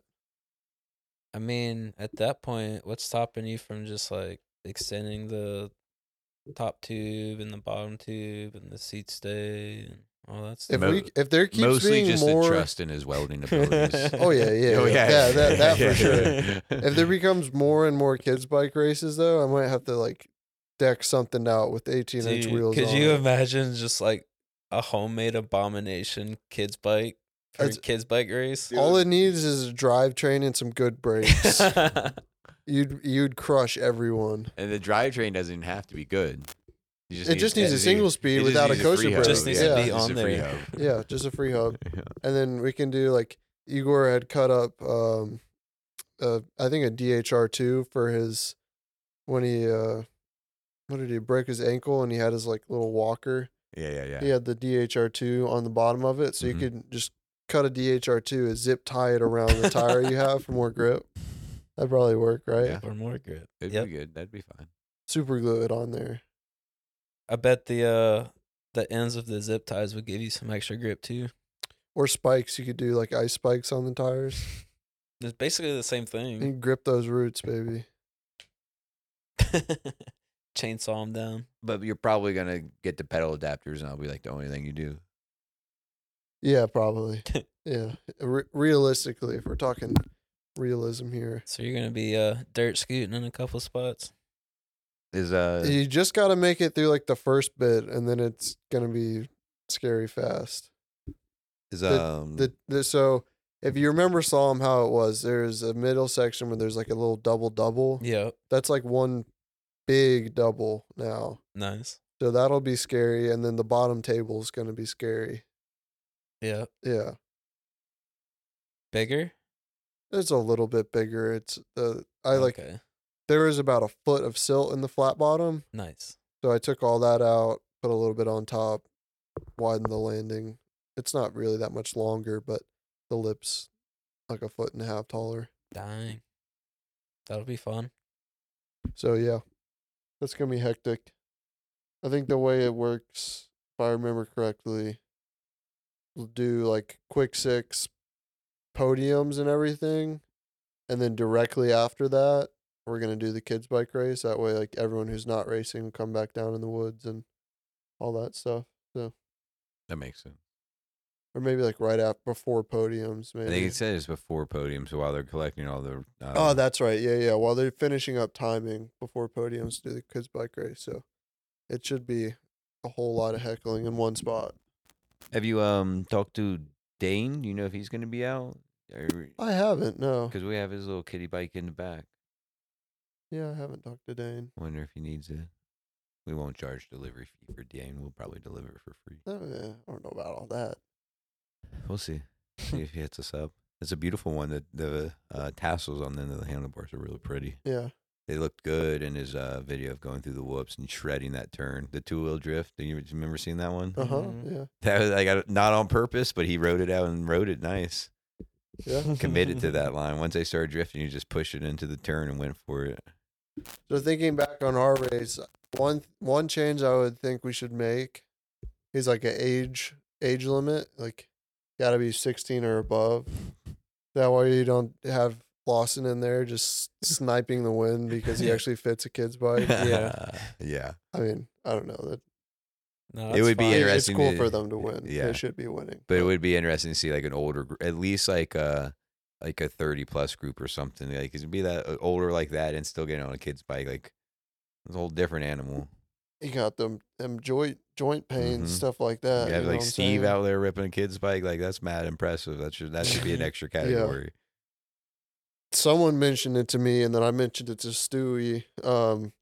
A: I mean, at that point, what's stopping you from just like extending the top tube and the bottom tube and the seat stay and all that
B: If
A: stuff?
C: Mo-
B: we if there keeps
C: Mostly
B: being
C: just
B: more,
C: the trust in his welding abilities.
B: oh yeah, yeah, yeah, yeah, that, that for sure. If there becomes more and more kids bike races, though, I might have to like deck something out with eighteen inch
A: Dude,
B: wheels.
A: could
B: on
A: you
B: it.
A: imagine just like a homemade abomination kids bike for
B: It's-
A: kids bike race?
B: All it needs is a drivetrain and some good brakes.
A: yeah,
B: you'd you'd crush everyone.
C: and the drivetrain doesn't even have to be good. You
B: It just needs a single speed
C: just
B: without a
C: needs a
B: coaster
C: free hub.
B: brake.
A: Just needs to
B: yeah.
A: be on there.
B: yeah, just a free hub.
C: Yeah.
B: and then we can do like Igor had cut up um uh I think a DHR two for his when he uh what did he break his ankle and he had his like little walker.
C: Yeah, yeah, yeah.
B: He had the DHR two on the bottom of it, so
C: Mhm.
B: you could just cut a DHR two and zip tie it around the tire you have for more grip. That'd probably work, right?
C: Yeah.
A: or more grip.
C: It'd
A: Yep.
C: be good. That'd be fine.
B: Super glue it on there.
A: I bet the uh the ends of the zip ties would give you some extra grip too.
B: Or spikes, you could do like ice spikes on the tires
C: Mm-hmm.
A: It's basically the same thing.
B: and grip those roots, baby.
A: Chainsaw them down.
C: But you're probably gonna get the pedal adapters, and that'll be like the only thing you do.
B: Yeah, probably. yeah, Re- realistically, if we're talking realism here,
A: So you're gonna be uh dirt scooting in a couple spots.
C: Is uh,
B: you just got to make it through like the first bit, and then it's gonna be scary fast.
C: is
B: the-
A: Hmm.
C: um,
B: The, the so if you remember Psalm how it was, there's a middle section where there's like a little double double.
A: Yeah,
B: That's like one big double now.
A: nice.
B: So that'll be scary, and then the bottom table is gonna be scary.
A: Yeah,
B: Yeah,
A: bigger.
B: it's a little bit bigger. It's the I like
A: Okay.
B: there is about a foot of silt in the flat bottom.
A: Nice.
B: So I took all that out, put a little bit on top, widened the landing. It's not really that much longer, but the lips like a foot and a half taller.
A: Dang. That'll be fun.
B: So yeah, that's gonna be hectic. I think the way it works, if I remember correctly, we'll do like quick six podiums and everything, and then directly after that, we're gonna do the kids bike race. That way, like everyone who's not racing will come back down in the woods and all that stuff.
C: That makes sense.
B: Or maybe like right after before podiums. Maybe.
C: I think uh, it says before podiums while they're collecting all the. Uh,
B: Oh, that's right. Yeah, yeah. While they're finishing up timing before podiums to do the kids bike race, so it should be a whole lot of heckling in one spot.
C: Have you um talked to Dane? Do you know if he's going to be out? Because
B: I haven't. No.
C: we have his little kitty bike in the back.
B: Yeah, I haven't talked to Dane.
C: Wonder if he needs it. We won't charge delivery fee for Dane. We'll probably deliver it for free.
B: Oh, yeah, I don't know about all that.
C: We'll see. see if he hits us up. It's a beautiful one. The the uh, tassels on the end of the handlebars are really pretty.
B: Yeah.
C: They looked good in his uh, video of going through the whoops and shredding that turn, the two wheel drift. Do you remember seeing that one?
B: Uh huh.
C: Mm-hmm.
A: Mhm.
B: Yeah.
C: That was like I don't- not on purpose, but he wrote it out and wrote it nice.
B: Yeah.
C: Committed to that line. Once they started drifting, you just pushed it into the turn and went for it.
B: So thinking back on our race, one one change I would think we should make is like an age age limit, like got to be 16 or above. That way you don't have Lawson in there just sniping the win because he actually fits a kid's bike.
A: Yeah.
C: yeah.
B: I mean, I don't know that
A: No,
C: It
A: that's
C: would be
A: fine.
B: it- it's
C: interesting
B: cool
C: to-
B: for them to win.
C: yeah.
B: They should be winning.
C: But it would be interesting to see like an older, gr- at least like a like a thirty plus group or something. Like it would be that uh, older like that and still getting on a kid's bike. Like it's a whole different animal.
B: You got them them joint joint pains
C: Mhm.
B: stuff like that.
C: you have
B: Uh, know
C: like
B: what I'm
C: Steve
B: saying?
C: out there ripping a kid's bike. Like that's mad impressive. That should that should be an extra category.
B: someone mentioned it to me, and then I mentioned it to Stewie. Um,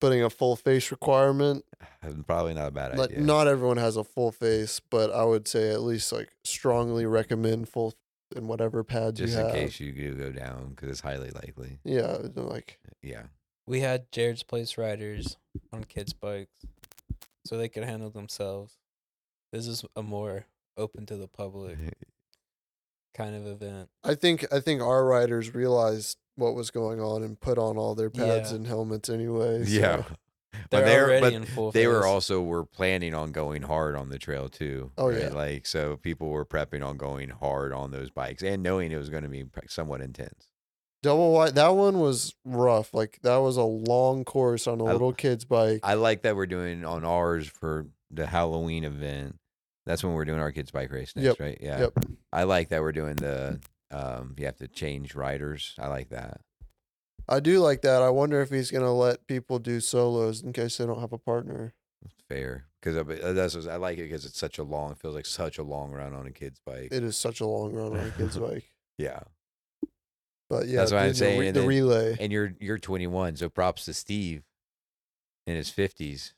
B: putting a full face requirement.
C: Probably not a bad
B: Like,
C: idea.
B: not everyone has a full face, but I would say at least like strongly recommend full in whatever pads
C: just
B: you
C: in
B: have.
C: case you do go down because it's highly likely.
B: Yeah, they're like
C: Yeah.
A: We had Jared's Place riders on kids' bikes so they could handle themselves. This is a more open to the public kind of event.
B: I think I think our riders realized what was going on and put on all their pads
A: Yeah.
B: and helmets anyway. so-
C: yeah.
A: They're,
C: But they're-
A: already
C: but
A: in full
C: They were
A: face.
C: also were planning on going hard on the trail too.
B: Oh, yeah.
C: like so people were prepping on going hard on those bikes and knowing it was going to be pr- somewhat intense.
B: double wide. That one was rough. Like that was a long course on a
C: I-
B: little kid's bike.
C: I like that we're doing on ours for the Halloween event. That's when we're doing our kids bike race next,
B: Yep.
C: right? Yeah,
B: Yep.
C: I like that we're doing the um. You have to change riders. I like that.
B: I do like that. I wonder if he's gonna let people do solos in case they don't have a partner.
C: Fair because that's what- I like it because it's such a long. It feels like such a long run on a kid's bike.
B: It is such a long run on a kid's bike.
C: yeah.
B: But yeah,
C: That's what I'm
B: doing the re-
C: saying,
B: The,
C: and-
B: relay.
C: and you're you're 21 so props to steve in his 50s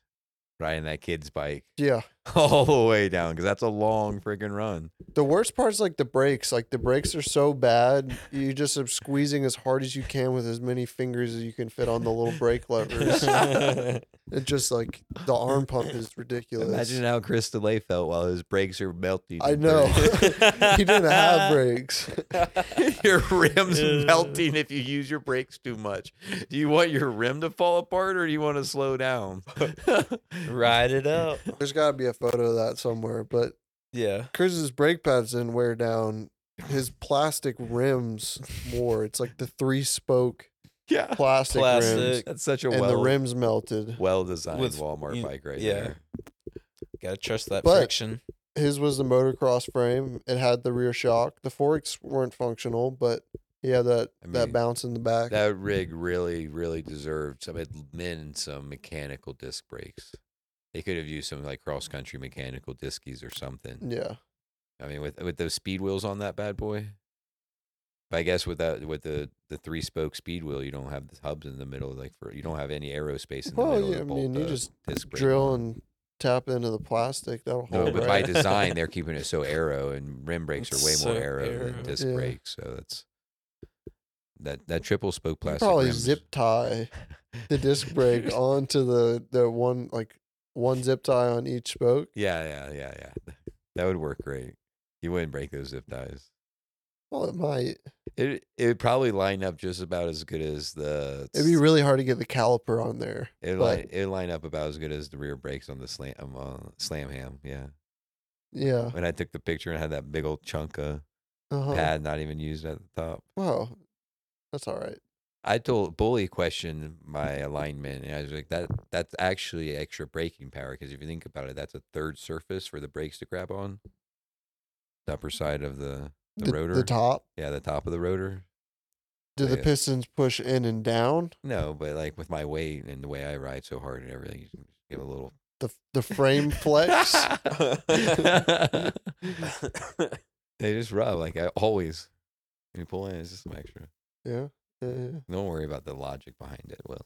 C: riding that kid's bike
B: yeah.
C: all the way down because that's a long freaking run
B: The worst part's like the brakes. Like the brakes are so bad, you just are squeezing as hard as you can with as many fingers as you can fit on the little brake levers. It just like the arm pump is ridiculous.
C: imagine how chris delay felt while his brakes are melting
B: I
C: in
B: know.
A: he
B: he didn't have brakes.
C: thirty- your rims melting if you use your brakes too much do you want your rim to fall apart or do you want to slow down
A: Ride it out.
B: There's got to be a photo of that somewhere. But
A: Yeah.
B: Chris's brake pads didn't wear down. His plastic rims more. It's like the three spoke
C: yeah
B: plastic, rims,
A: Plastic.
C: that's such a
B: and
C: well
B: the rims melted.
C: well designed
A: With-
C: walmart
A: you-
C: bike right
A: yeah.
C: there
A: Gotta trust that
B: But-
A: friction.
B: his was the motocross frame. It had the rear shock. The forks weren't functional, but he had that
C: I
B: that
C: mean,
B: bounce in the back.
C: That rig really, really deserved some admin, some mechanical disc brakes. They could have used some like cross country mechanical diskies or something.
B: yeah,
C: I mean, with with those speed wheels on that bad boy. But I guess with that, with the the three spoke speed wheel, you don't have the hubs in the middle. Like for you don't have any aerospace in the
B: Well,
C: middle.
B: yeah,
C: to
B: I
C: bolt
B: mean, you
C: the
B: just
C: disc brake
B: drill
C: on.
B: and tap into the plastic. That'll
C: No,
B: hold.
C: but by
B: right?
C: design, they're keeping it so arrow, and rim brakes are way
A: It's
C: more
A: so
C: arrow,
A: arrow.
C: than disc
B: Yeah.
C: brakes. So that's that that triple spoke
B: You
C: plastic.
B: probably
C: rims.
B: zip tie the disc brake onto the the one like one zip tie on each spoke.
C: Yeah, yeah, yeah, yeah. That would work great. You wouldn't break those zip ties.
B: Well, it might.
C: It it would probably line up just about as good as the.
B: It'd be really hard to get the caliper on there.
C: It
B: but-
C: line it line up about as good as the rear brakes on the slam um, uh, slam ham. Yeah.
B: Yeah.
C: When I took the picture and had that big old chunk of
B: Uh-huh.
C: pad not even used at the top.
B: Wow, that's all right.
C: I told Bully questioned my alignment, and I was like, "That that's actually extra braking power because if you think about it, that's a third surface for the brakes to grab on, the upper side of the the, rotor.
B: the top.
C: yeah, the top of the rotor.
B: Do the
C: Yeah.
B: pistons push in and down?
C: No, but like with my weight and the way I ride so hard and everything, you can give a little
B: The the frame flex.
C: they just rub like I always. When you pull in, it's just some extra.
B: yeah. yeah, yeah.
C: Don't worry about the logic behind it. Will.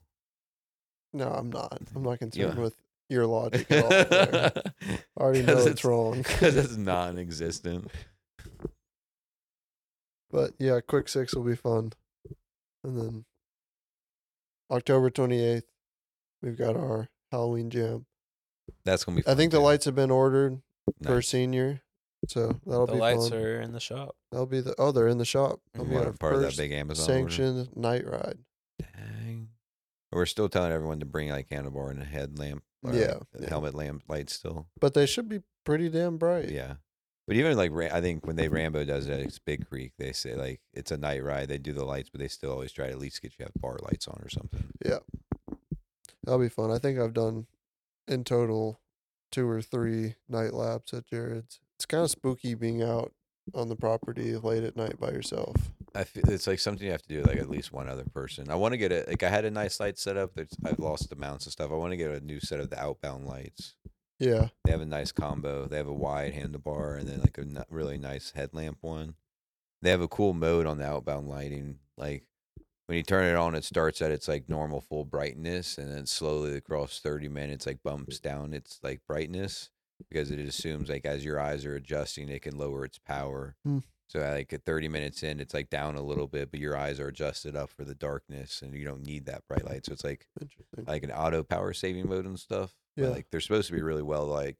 B: No, I'm not. I'm not concerned
C: Yeah.
B: with your logic at all. there. I already know
C: 'Cause
B: it's,
C: it's-
B: wrong.
C: Because it's non-existent.
B: But yeah, quick six will be fun. And then October 28th, we've got our Halloween jam.
C: That's gonna be.
B: I think the lights have been ordered for
C: Nice.
B: senior. So that'll
A: the
B: be
A: lights
B: fun.
A: are in the shop.
B: That'll be the oh, they're in the shop. That'll be
A: Yeah,
B: our
C: are part of that
B: first
C: big Amazon order.
B: sanctioned night ride.
C: Dang. We're still telling everyone to bring like handlebar and a headlamp. Or,
B: Yeah,
C: like, a
B: yeah.
C: Helmet lamp light still.
B: But they should be pretty damn bright.
C: Yeah. But even like Ra- I think when they Rambo does it, it's Big Creek. They say like it's a night ride. They do the lights, but they still always try to at least get you have bar lights on or something.
B: That'll be fun. I think I've done in total two or three night laps at Jared's. It's kind of spooky being out on the property late at night by yourself.
C: I feel it's like something you have to do with, like at least one other person. I want to get it. Like I had a nice light setup. There's, I've lost the mounts and stuff. I want to get a new set of the outbound lights.
B: Yeah.
C: They have a nice combo. They have a wide handlebar and then like a n- really nice headlamp one. They have a cool mode on the outbound lighting. Like when you turn it on, it starts at its like normal full brightness, and then slowly across 30 minutes, like bumps down its like brightness because it assumes like as your eyes are adjusting, it can lower its power.
B: Hmm.
C: So at, like at 30 minutes in, it's like down a little bit, but your eyes are adjusted up for the darkness, and you don't need that bright light. So it's like
B: Interesting.
C: like an auto power saving mode and stuff. but,
B: Yeah.
C: like they're supposed to be really well like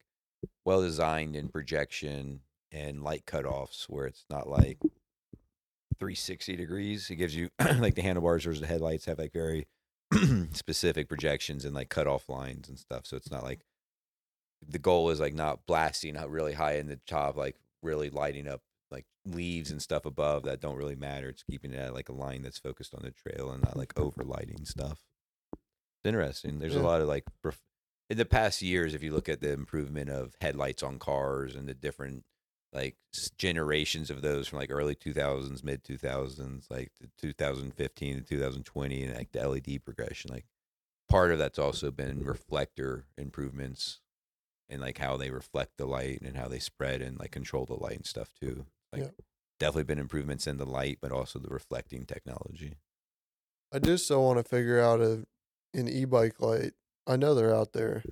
C: well designed in projection and light cutoffs where it's not like 360 degrees. It gives you like the handlebars versus the headlights have like very specific projections and like cutoff lines and stuff. So it's not like the goal is like not blasting out really high in the top, like really lighting up like leaves and stuff above that don't really matter. It's keeping it at like a line that's focused on the trail and not like over lighting stuff. It's interesting. There's
B: Yeah.
C: a lot of like prof- in the past years, if you look at the improvement of headlights on cars and the different like s- generations of those from like early 2000s, mid 2000s, like to 2015 to 2020, and like the LED progression, like part of that's also been reflector improvements and like how they reflect the light and how they spread and like control the light and stuff too. Like
B: Yeah.
C: definitely been improvements in the light, but also the reflecting technology.
B: I do still want to figure out a an e bike light. I know they're out there.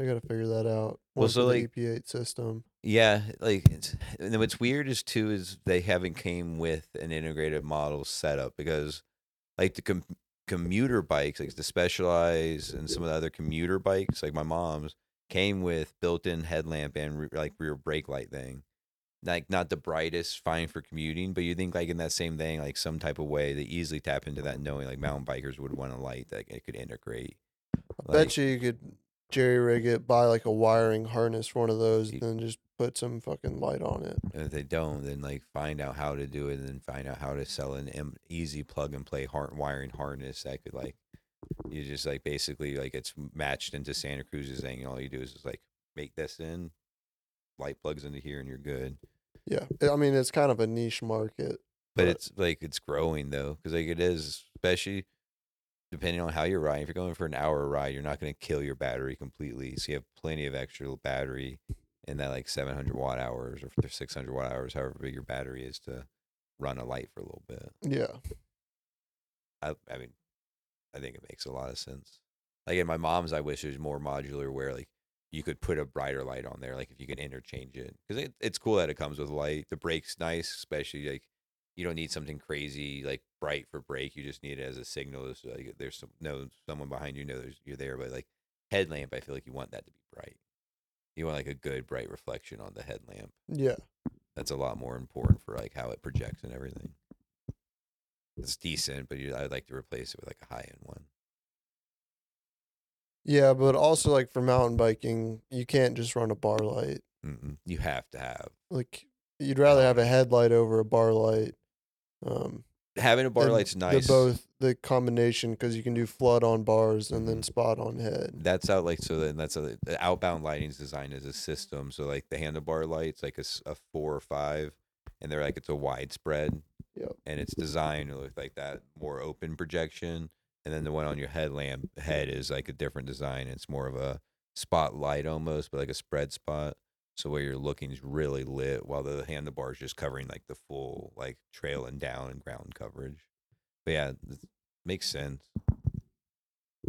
B: I gotta figure that out.
C: Well,
B: One
C: so,
B: for the
C: like-
B: EP8 system.
C: Yeah, like it's, and then what's weird is too is they haven't came with an integrated model setup because like the com- commuter bikes, like the Specialized and some of the other commuter bikes, like my mom's came with built-in headlamp and re- like rear brake light thing. Like not the brightest, fine for commuting, but you think like in that same thing, like some type of way they easily tap into that, knowing like mountain bikers would want a light that it could integrate.
B: I bet you you could jerry rig it, buy like a wiring harness for one of those,
C: You-
B: and then just put some fucking light on it.
C: And if they don't, then like find out how to do it and then find out how to sell an em- easy plug and play har wiring harness that could like you just like basically like it's matched into Santa Cruz's thing and all you do is just like make this in, light plugs into here and you're good.
B: Yeah. I mean it's kind of a niche market.
C: But
B: Right.
C: it's like it's growing though, because like it is, especially depending on how you're riding. If you're going for an hour ride, you're not going to kill your battery completely, so you have plenty of extra battery in that like 700 watt hours or 600 watt hours, however big your battery is to run a light for a little bit.
B: Yeah.
C: I, I mean, I think it makes a lot of sense. Like in my mom's, I wish it was more modular, where like you could put a brighter light on there, like if you could interchange it, because it, it's cool that it comes with light. The brake's nice, especially like you don't need something crazy like bright for brake. You just need it as a signal. So like there's some no someone behind you know there's you're there, but like headlamp, I feel like you want that to be bright. You want like a good bright reflection on the headlamp.
B: Yeah.
C: That's a lot more important for like how it projects and everything. It's decent, but you, I'd like to replace it with like a high end one.
B: Yeah, but also like for mountain biking, you can't just run a bar light.
C: Mm-mm. You have to have.
B: Like you'd rather have a headlight over a bar light. Um
C: having a bar
B: And
C: light's nice.
B: The both the combination because you can do flood on bars and then
C: Mm-hmm.
B: spot on head.
C: That's how like so then that's how the outbound lighting's designed as a system. So like the handlebar lights, like a, s- a four or five, and they're like it's a widespread.
B: Yep.
C: And it's designed to look like that more open projection. And then the one on your headlamp head is like a different design. It's more of a spotlight almost, but like a spread spot. So where you're looking is really lit while the handlebar is just covering like the full like trailing down and ground coverage. But yeah, it makes sense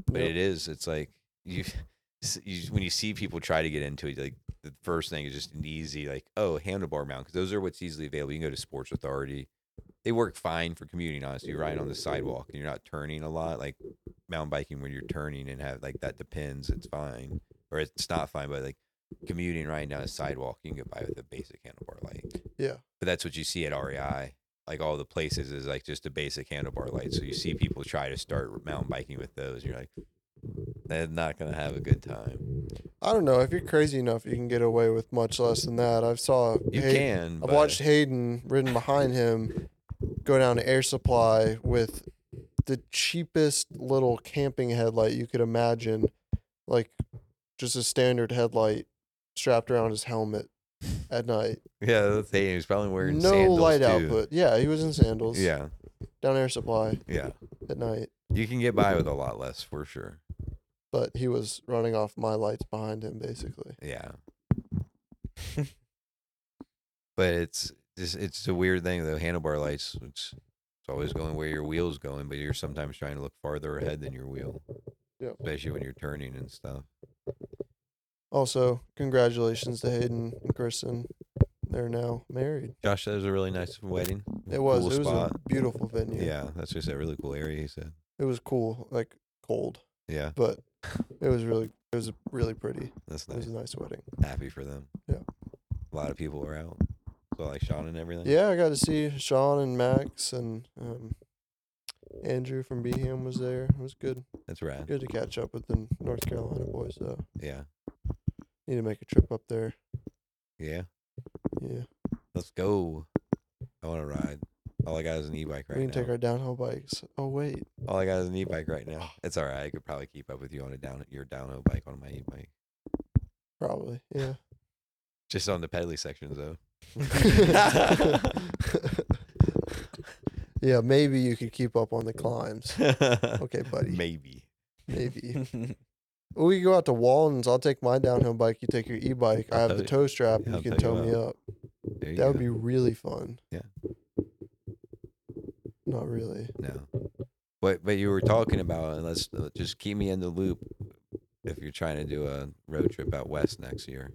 C: but
B: Yep.
C: it is it's like you, s- you when you see people try to get into it like the first thing is just an easy like oh handlebar mount because those are what's easily available you can go to sports authority they work fine for commuting honestly you're riding on the sidewalk and you're not turning a lot like mountain biking when you're turning and have like that depends it's fine or it's not fine but like commuting riding down a sidewalk you can get by with a basic handlebar light
B: Yeah.
C: but that's what you see at REI. Like all the places is like just a basic handlebar light. So you see people try to start mountain biking with those. You're like, they're not gonna have a good time.
B: I don't know if you're crazy enough, you can get away with much less than that. I've saw
C: You
B: Hay-
C: can.
B: I've
C: but
B: watched Hayden ridden behind him go down to Air Supply with the cheapest little camping headlight you could imagine, like just a standard headlight strapped around his helmet at night.
C: Yeah, that's Hayden. He was probably wearing
B: no
C: sandals
B: light
C: too.
B: output. Yeah, he was in sandals.
C: Yeah,
B: down Air Supply
C: yeah.
B: at night,
C: You can get by with a lot less for sure.
B: but he was running off my lights behind him basically.
C: Yeah. but it's just it's a weird thing though. Handlebar lights, it's it's always going where your wheel's going, but you're sometimes trying to look farther ahead than your wheel.
B: Yep.
C: Especially when you're turning and stuff.
B: Also, congratulations to Hayden and Kristen. They're now married.
C: Josh, that was a really nice wedding.
B: It was
C: Cool
B: it was
C: spot.
B: a beautiful venue.
C: Yeah. that's just a really cool area. He said.
B: It was cool, like cold,
C: Yeah,
B: but it was really it was really pretty.
C: that's
B: It was
C: nice.
B: a nice wedding.
C: Happy for them.
B: Yeah.
C: a lot of people were out. So like Sean and everything.
B: Yeah, I got to see Sean and Max and um, Andrew from Beham was there. It was good.
C: that's rad.
B: Good to catch up with the North Carolina boys though.
C: Yeah,
B: Need to make a trip up there.
C: yeah.
B: Yeah.
C: Let's go. I want to ride. All I got is an e-bike right
B: we can
C: now.
B: take our downhill bikes. Oh wait.
C: All I got is an e-bike right now. It's all right. I could probably keep up with you on a down your downhill bike on my e-bike.
B: Probably. Yeah.
C: Just on the pedally sections though.
B: yeah, maybe you could keep up on the climbs. Okay, buddy.
C: Maybe.
B: Maybe. We could go out to Walden's. I'll take my downhill bike. You take your e bike. I
C: I'll
B: have the
C: tow
B: tow strap.
C: I'll
B: You can
C: tow
B: tow
C: you
B: me up.
C: There you
B: That would
C: go.
B: be really fun.
C: Yeah.
B: Not really.
C: No. But but you were talking about and let's uh, just keep me in the loop if you're trying to do a road trip out west next year.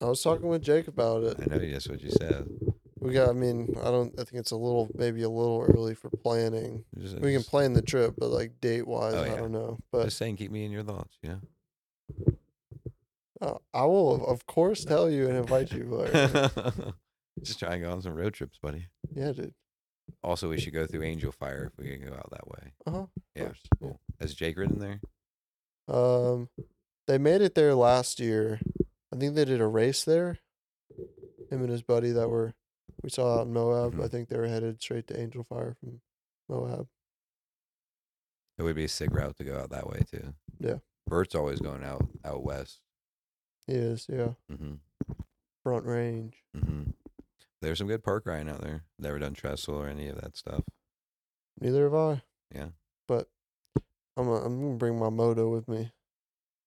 B: I was talking with Jake about it.
C: I know that's what you said.
B: We got. I mean, I don't. I think it's a little, maybe a little early for planning.
C: Just,
B: We can
C: just-
B: plan the trip, but like date wise,
C: Oh,
B: I
C: yeah.
B: don't know. But
C: Just saying, keep me in your thoughts. You know.
B: uh, I will, of course, tell you and invite you. Blair.
C: just trying to go on some road trips, buddy.
B: yeah, dude.
C: Also, we should go through Angel Fire if we can go out that way.
B: Uh huh.
C: Yeah.
B: course, yeah.
C: Cool. Has Jake ridden there?
B: Um, they made it there last year. I think they did a race there. Him and his buddy that were we saw out in Moab. I
C: Mhm.
B: think they were headed straight to Angel Fire from Moab.
C: It would be a sick route to go out that way too.
B: Yeah.
C: Bert's always going out out west.
B: He is, yeah.
C: Mm-hmm.
B: Front range.
C: Mm-hmm. There's some good park riding out there. Never done trestle or any of that stuff.
B: Neither have I.
C: Yeah.
B: But I'm gonna, I'm gonna bring my moto with me.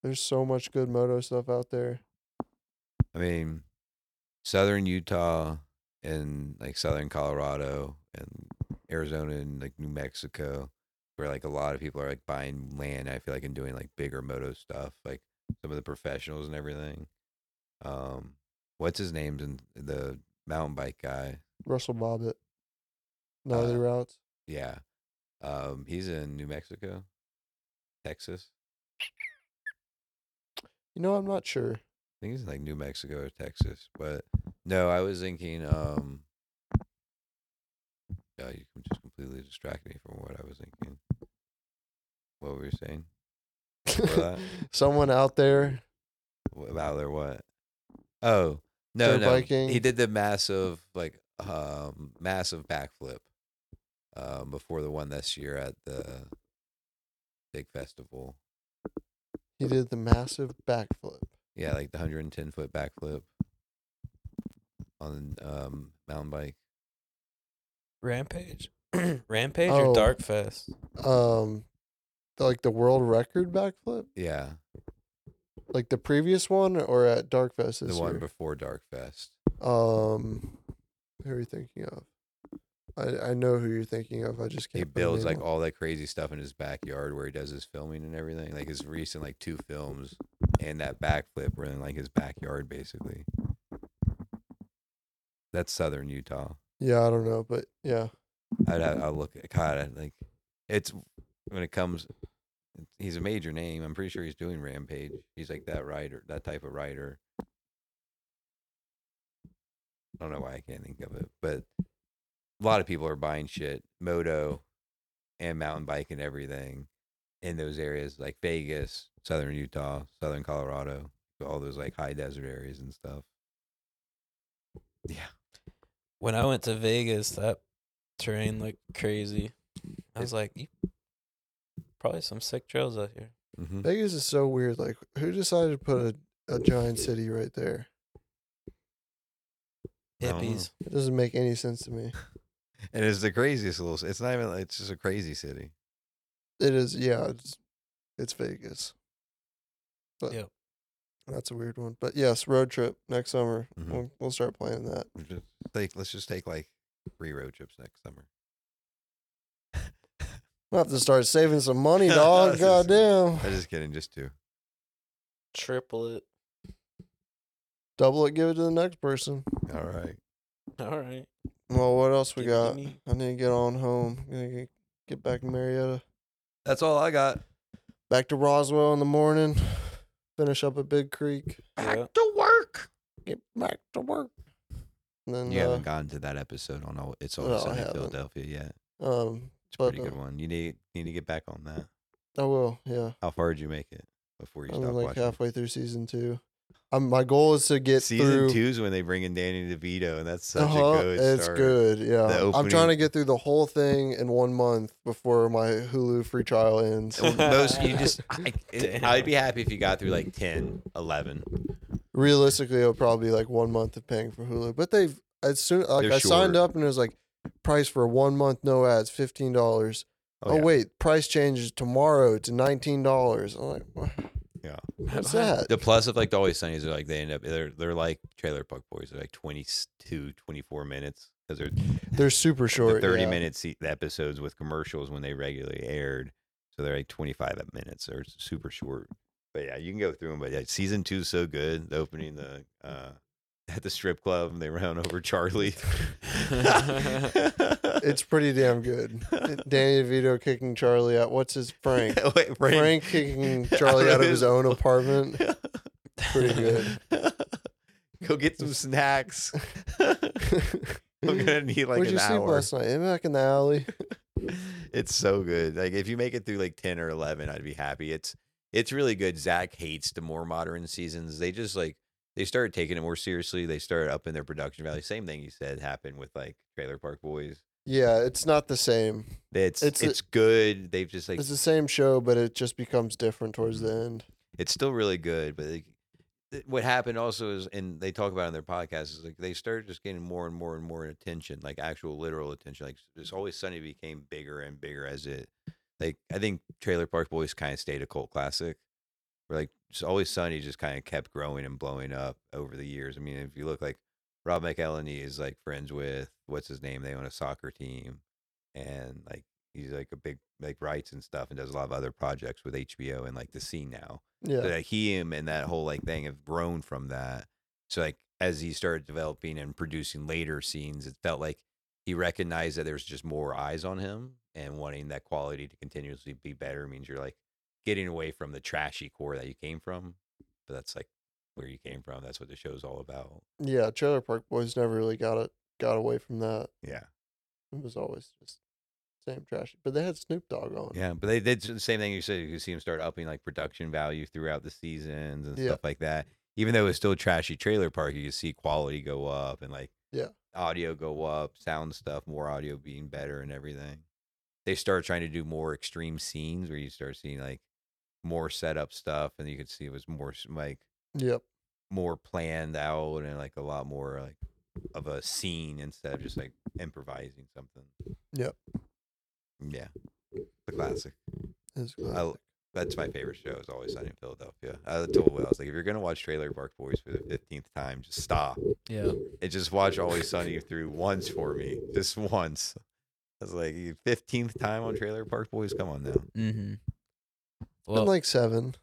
B: There's so much good moto stuff out there.
C: I mean, southern Utah and like southern Colorado and Arizona and like New Mexico, where like a lot of people are like buying land. I feel like and doing like bigger moto stuff, like some of the professionals and everything. Um, what's his name's and the mountain bike guy?
B: Russell Bobbitt. Neither
C: Uh,
B: routes.
C: Yeah, um, he's in New Mexico, Texas.
B: You know, I'm not sure.
C: I think it's in, like New Mexico or Texas. But no, I was thinking. um Yeah, you can just completely distract me from what I was thinking. What were you saying? that?
B: Someone out there
C: Wh- About their what? Oh no,
B: Dirt
C: no.
B: biking.
C: He did the massive like um massive backflip. um, before the one this year at the big festival.
B: He did the massive backflip.
C: Yeah, like the 110 foot backflip on um mountain bike.
A: Rampage, Rampage
B: Oh.
A: or Dark Fest?
B: Um, the, like the world record backflip,
C: Yeah,
B: like the previous one, or at Darkfest
C: the
B: this
C: one
B: year.
C: before Dark Fest.
B: um, who are you thinking of? I I know who you're thinking of. I just can't.
C: He
B: put a
C: builds
B: name
C: like
B: on-
C: all that crazy stuff in his backyard where he does his filming and everything. Like his recent like two films and that backflip were in like his backyard basically. That's southern Utah.
B: Yeah, I don't know, but yeah,
C: I'd I look at God I'd, like it's when it comes. He's a major name. I'm pretty sure he's doing Rampage. He's like that writer, that type of writer. I don't know why I can't think of it, but a lot of people are buying shit, moto, and mountain bike and everything in those areas like Vegas, southern Utah, southern Colorado, all those like high desert areas and stuff.
A: When I went to Vegas, that terrain looked crazy. I was like, you probably some sick trails out here.
C: Mm-hmm.
B: Vegas is so weird. Like, who decided to put a, a giant city right there?
C: I don't know.
A: Hippies.
B: It doesn't make any sense to me.
C: And it's the craziest little. It's not even. like It's just a crazy city.
B: It is, yeah, it's, it's Vegas. But
A: Yep.
B: that's a weird one. But yes, road trip next summer.
C: Mhm.
A: Mm-hmm.
B: We'll, we'll start planning that.
C: We'll Just take, let's just take like three road trips next summer.
B: We'll have to start saving some money, dog.
C: This is-
B: Goddamn.
C: I'm just kidding, just two.
A: Triple it.
B: Double it, give it to the next person.
C: All right.
A: All right.
B: Well, what else we
A: Give it to
B: got?
A: me.
B: I need to get on home. i get, get back to Marietta.
C: That's all I got.
B: Back to Roswell in the morning. Finish up at Big Creek.
A: Yeah.
C: to work.
B: Get back to work. And then
C: You
B: uh,
C: haven't gotten to that episode on all. It's all
B: No, I
C: Sunny
B: haven't.
C: Philadelphia yet.
B: Um,
C: It's a
B: but
C: pretty good
B: uh,
C: one. You need need to get back on that.
B: I will. Yeah,
C: How far did you make it before you
B: I'm
C: stop
B: like
C: watching?
B: halfway through season two. Um, my goal is to get
C: Season
B: through.
C: two's when they bring in Danny DeVito, and that's such
B: Uh-huh,
C: a good.
B: it's
C: start.
B: good.
C: The
B: Yeah, I'm trying
C: opening-
B: to get through the whole thing in one month before my Hulu free trial ends.
C: Well, Most you just, I,
A: Damn.
C: I'd be happy if you got through like 10, 11.
B: Realistically, it'll probably be like one month of paying for Hulu. But they've as soon like
C: They're
B: I signed
C: short.
B: up and it was like price for one month no ads fifteen dollars. Oh,
C: yeah.
B: wait, price changes tomorrow to nineteen dollars. I'm like, "Wha-
C: Yeah.
B: what's that?
C: the plus of like the always sunnies are like they end up they're they're like trailer park boys they're like 22 24 minutes because they're
B: They're super short.
C: the 30
B: yeah.
C: minute se- episodes with commercials when they regularly aired so they're like 25 minutes they're super short but yeah you can go through them but yeah season two's so good the opening the uh at the strip club they ran over charlie
B: It's pretty damn good. Danny DeVito kicking Charlie out. What's his Frank?
C: Wait,
B: Frank kicking Charlie out of his own apartment. Pretty good.
C: Go get some snacks. I'm gonna need like
B: Where'd
C: an
B: you sleep
C: hour.
B: last night? In back in the alley.
C: It's so good. Like if you make it through like ten or eleven, I'd be happy. It's it's really good. Zach hates the more modern seasons. They just like they started taking it more seriously. They started up in their production value. Same thing you said happened with like Trailer Park Boys.
B: Yeah, it's not the same.
C: It's
B: It's
C: it's,
B: a-
C: good. They've just like
B: It's the same show, but it just becomes different towards the end.
C: it's still really good but like, th- what happened also is and they talk about it in their podcast is like they started just getting more and more and more attention like actual literal attention like it's always sunny became bigger and bigger as it like i think trailer park boys kind of stayed a cult classic where like just always sunny just kind of kept growing and blowing up over the years i mean if you look like rob mcelhenney is like friends with what's his name they own a soccer team and like he's like a big like writes and stuff and does a lot of other projects with hbo and like the scene now
B: Yeah.
C: so like he him and that whole like thing have grown from that. So like as he started developing and producing later scenes, it felt like he recognized that there's just more eyes on him and wanting that quality to continuously be better means you're like getting away from the trashy core that you came from. But that's like where you came from. That's what the show's all about.
B: Yeah, Trailer Park Boys never really got it got away from that.
C: Yeah.
B: It was always just same trash. But they had Snoop Dogg on.
C: Yeah, but they did the same thing you said. You could see him start upping like production value throughout the seasons and
B: Yeah.
C: stuff like that. Even though it was still trashy trailer park, you could see quality go up and like
B: Yeah.
C: audio go up, sound stuff, more audio being better and everything. They start trying to do more extreme scenes where you start seeing like more setup stuff, and you can see it was more s- like
B: Yep.
C: more planned out and like a lot more like of a scene instead of just like improvising something.
B: Yep.
C: Yeah, the classic.
B: It's
C: I
B: good.
C: l- that's my favorite show. Is always Sunny in Philadelphia. I told Will I was like, if you're gonna watch Trailer Park Boys for the fifteenth time, just stop
A: Yeah.
C: and just watch Always Sunny through once for me, just once. I was like, fifteenth time on Trailer Park Boys. Come on now.
A: Mm-hmm.
B: I'm
A: Well,
B: like seven.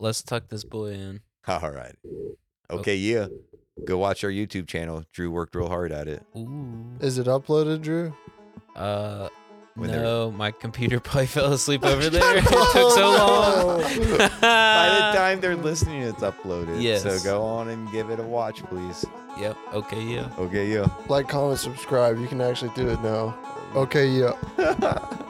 A: let's tuck this boy in.
C: All right.
A: Oh.
C: Okay, yeah. Go watch our YouTube channel. Drew worked real hard at it.
A: Ooh.
B: Is it uploaded, Drew?
A: Uh,
C: When they're-
A: no, my computer probably fell asleep over there. it took so long.
C: By the time they're listening, it's uploaded. So
A: Yes.
C: go on and give it a watch, please.
A: Yep. Okay. Yeah.
C: Okay, yeah.
B: Like, comment, subscribe. You can actually do it now. Okay, yeah.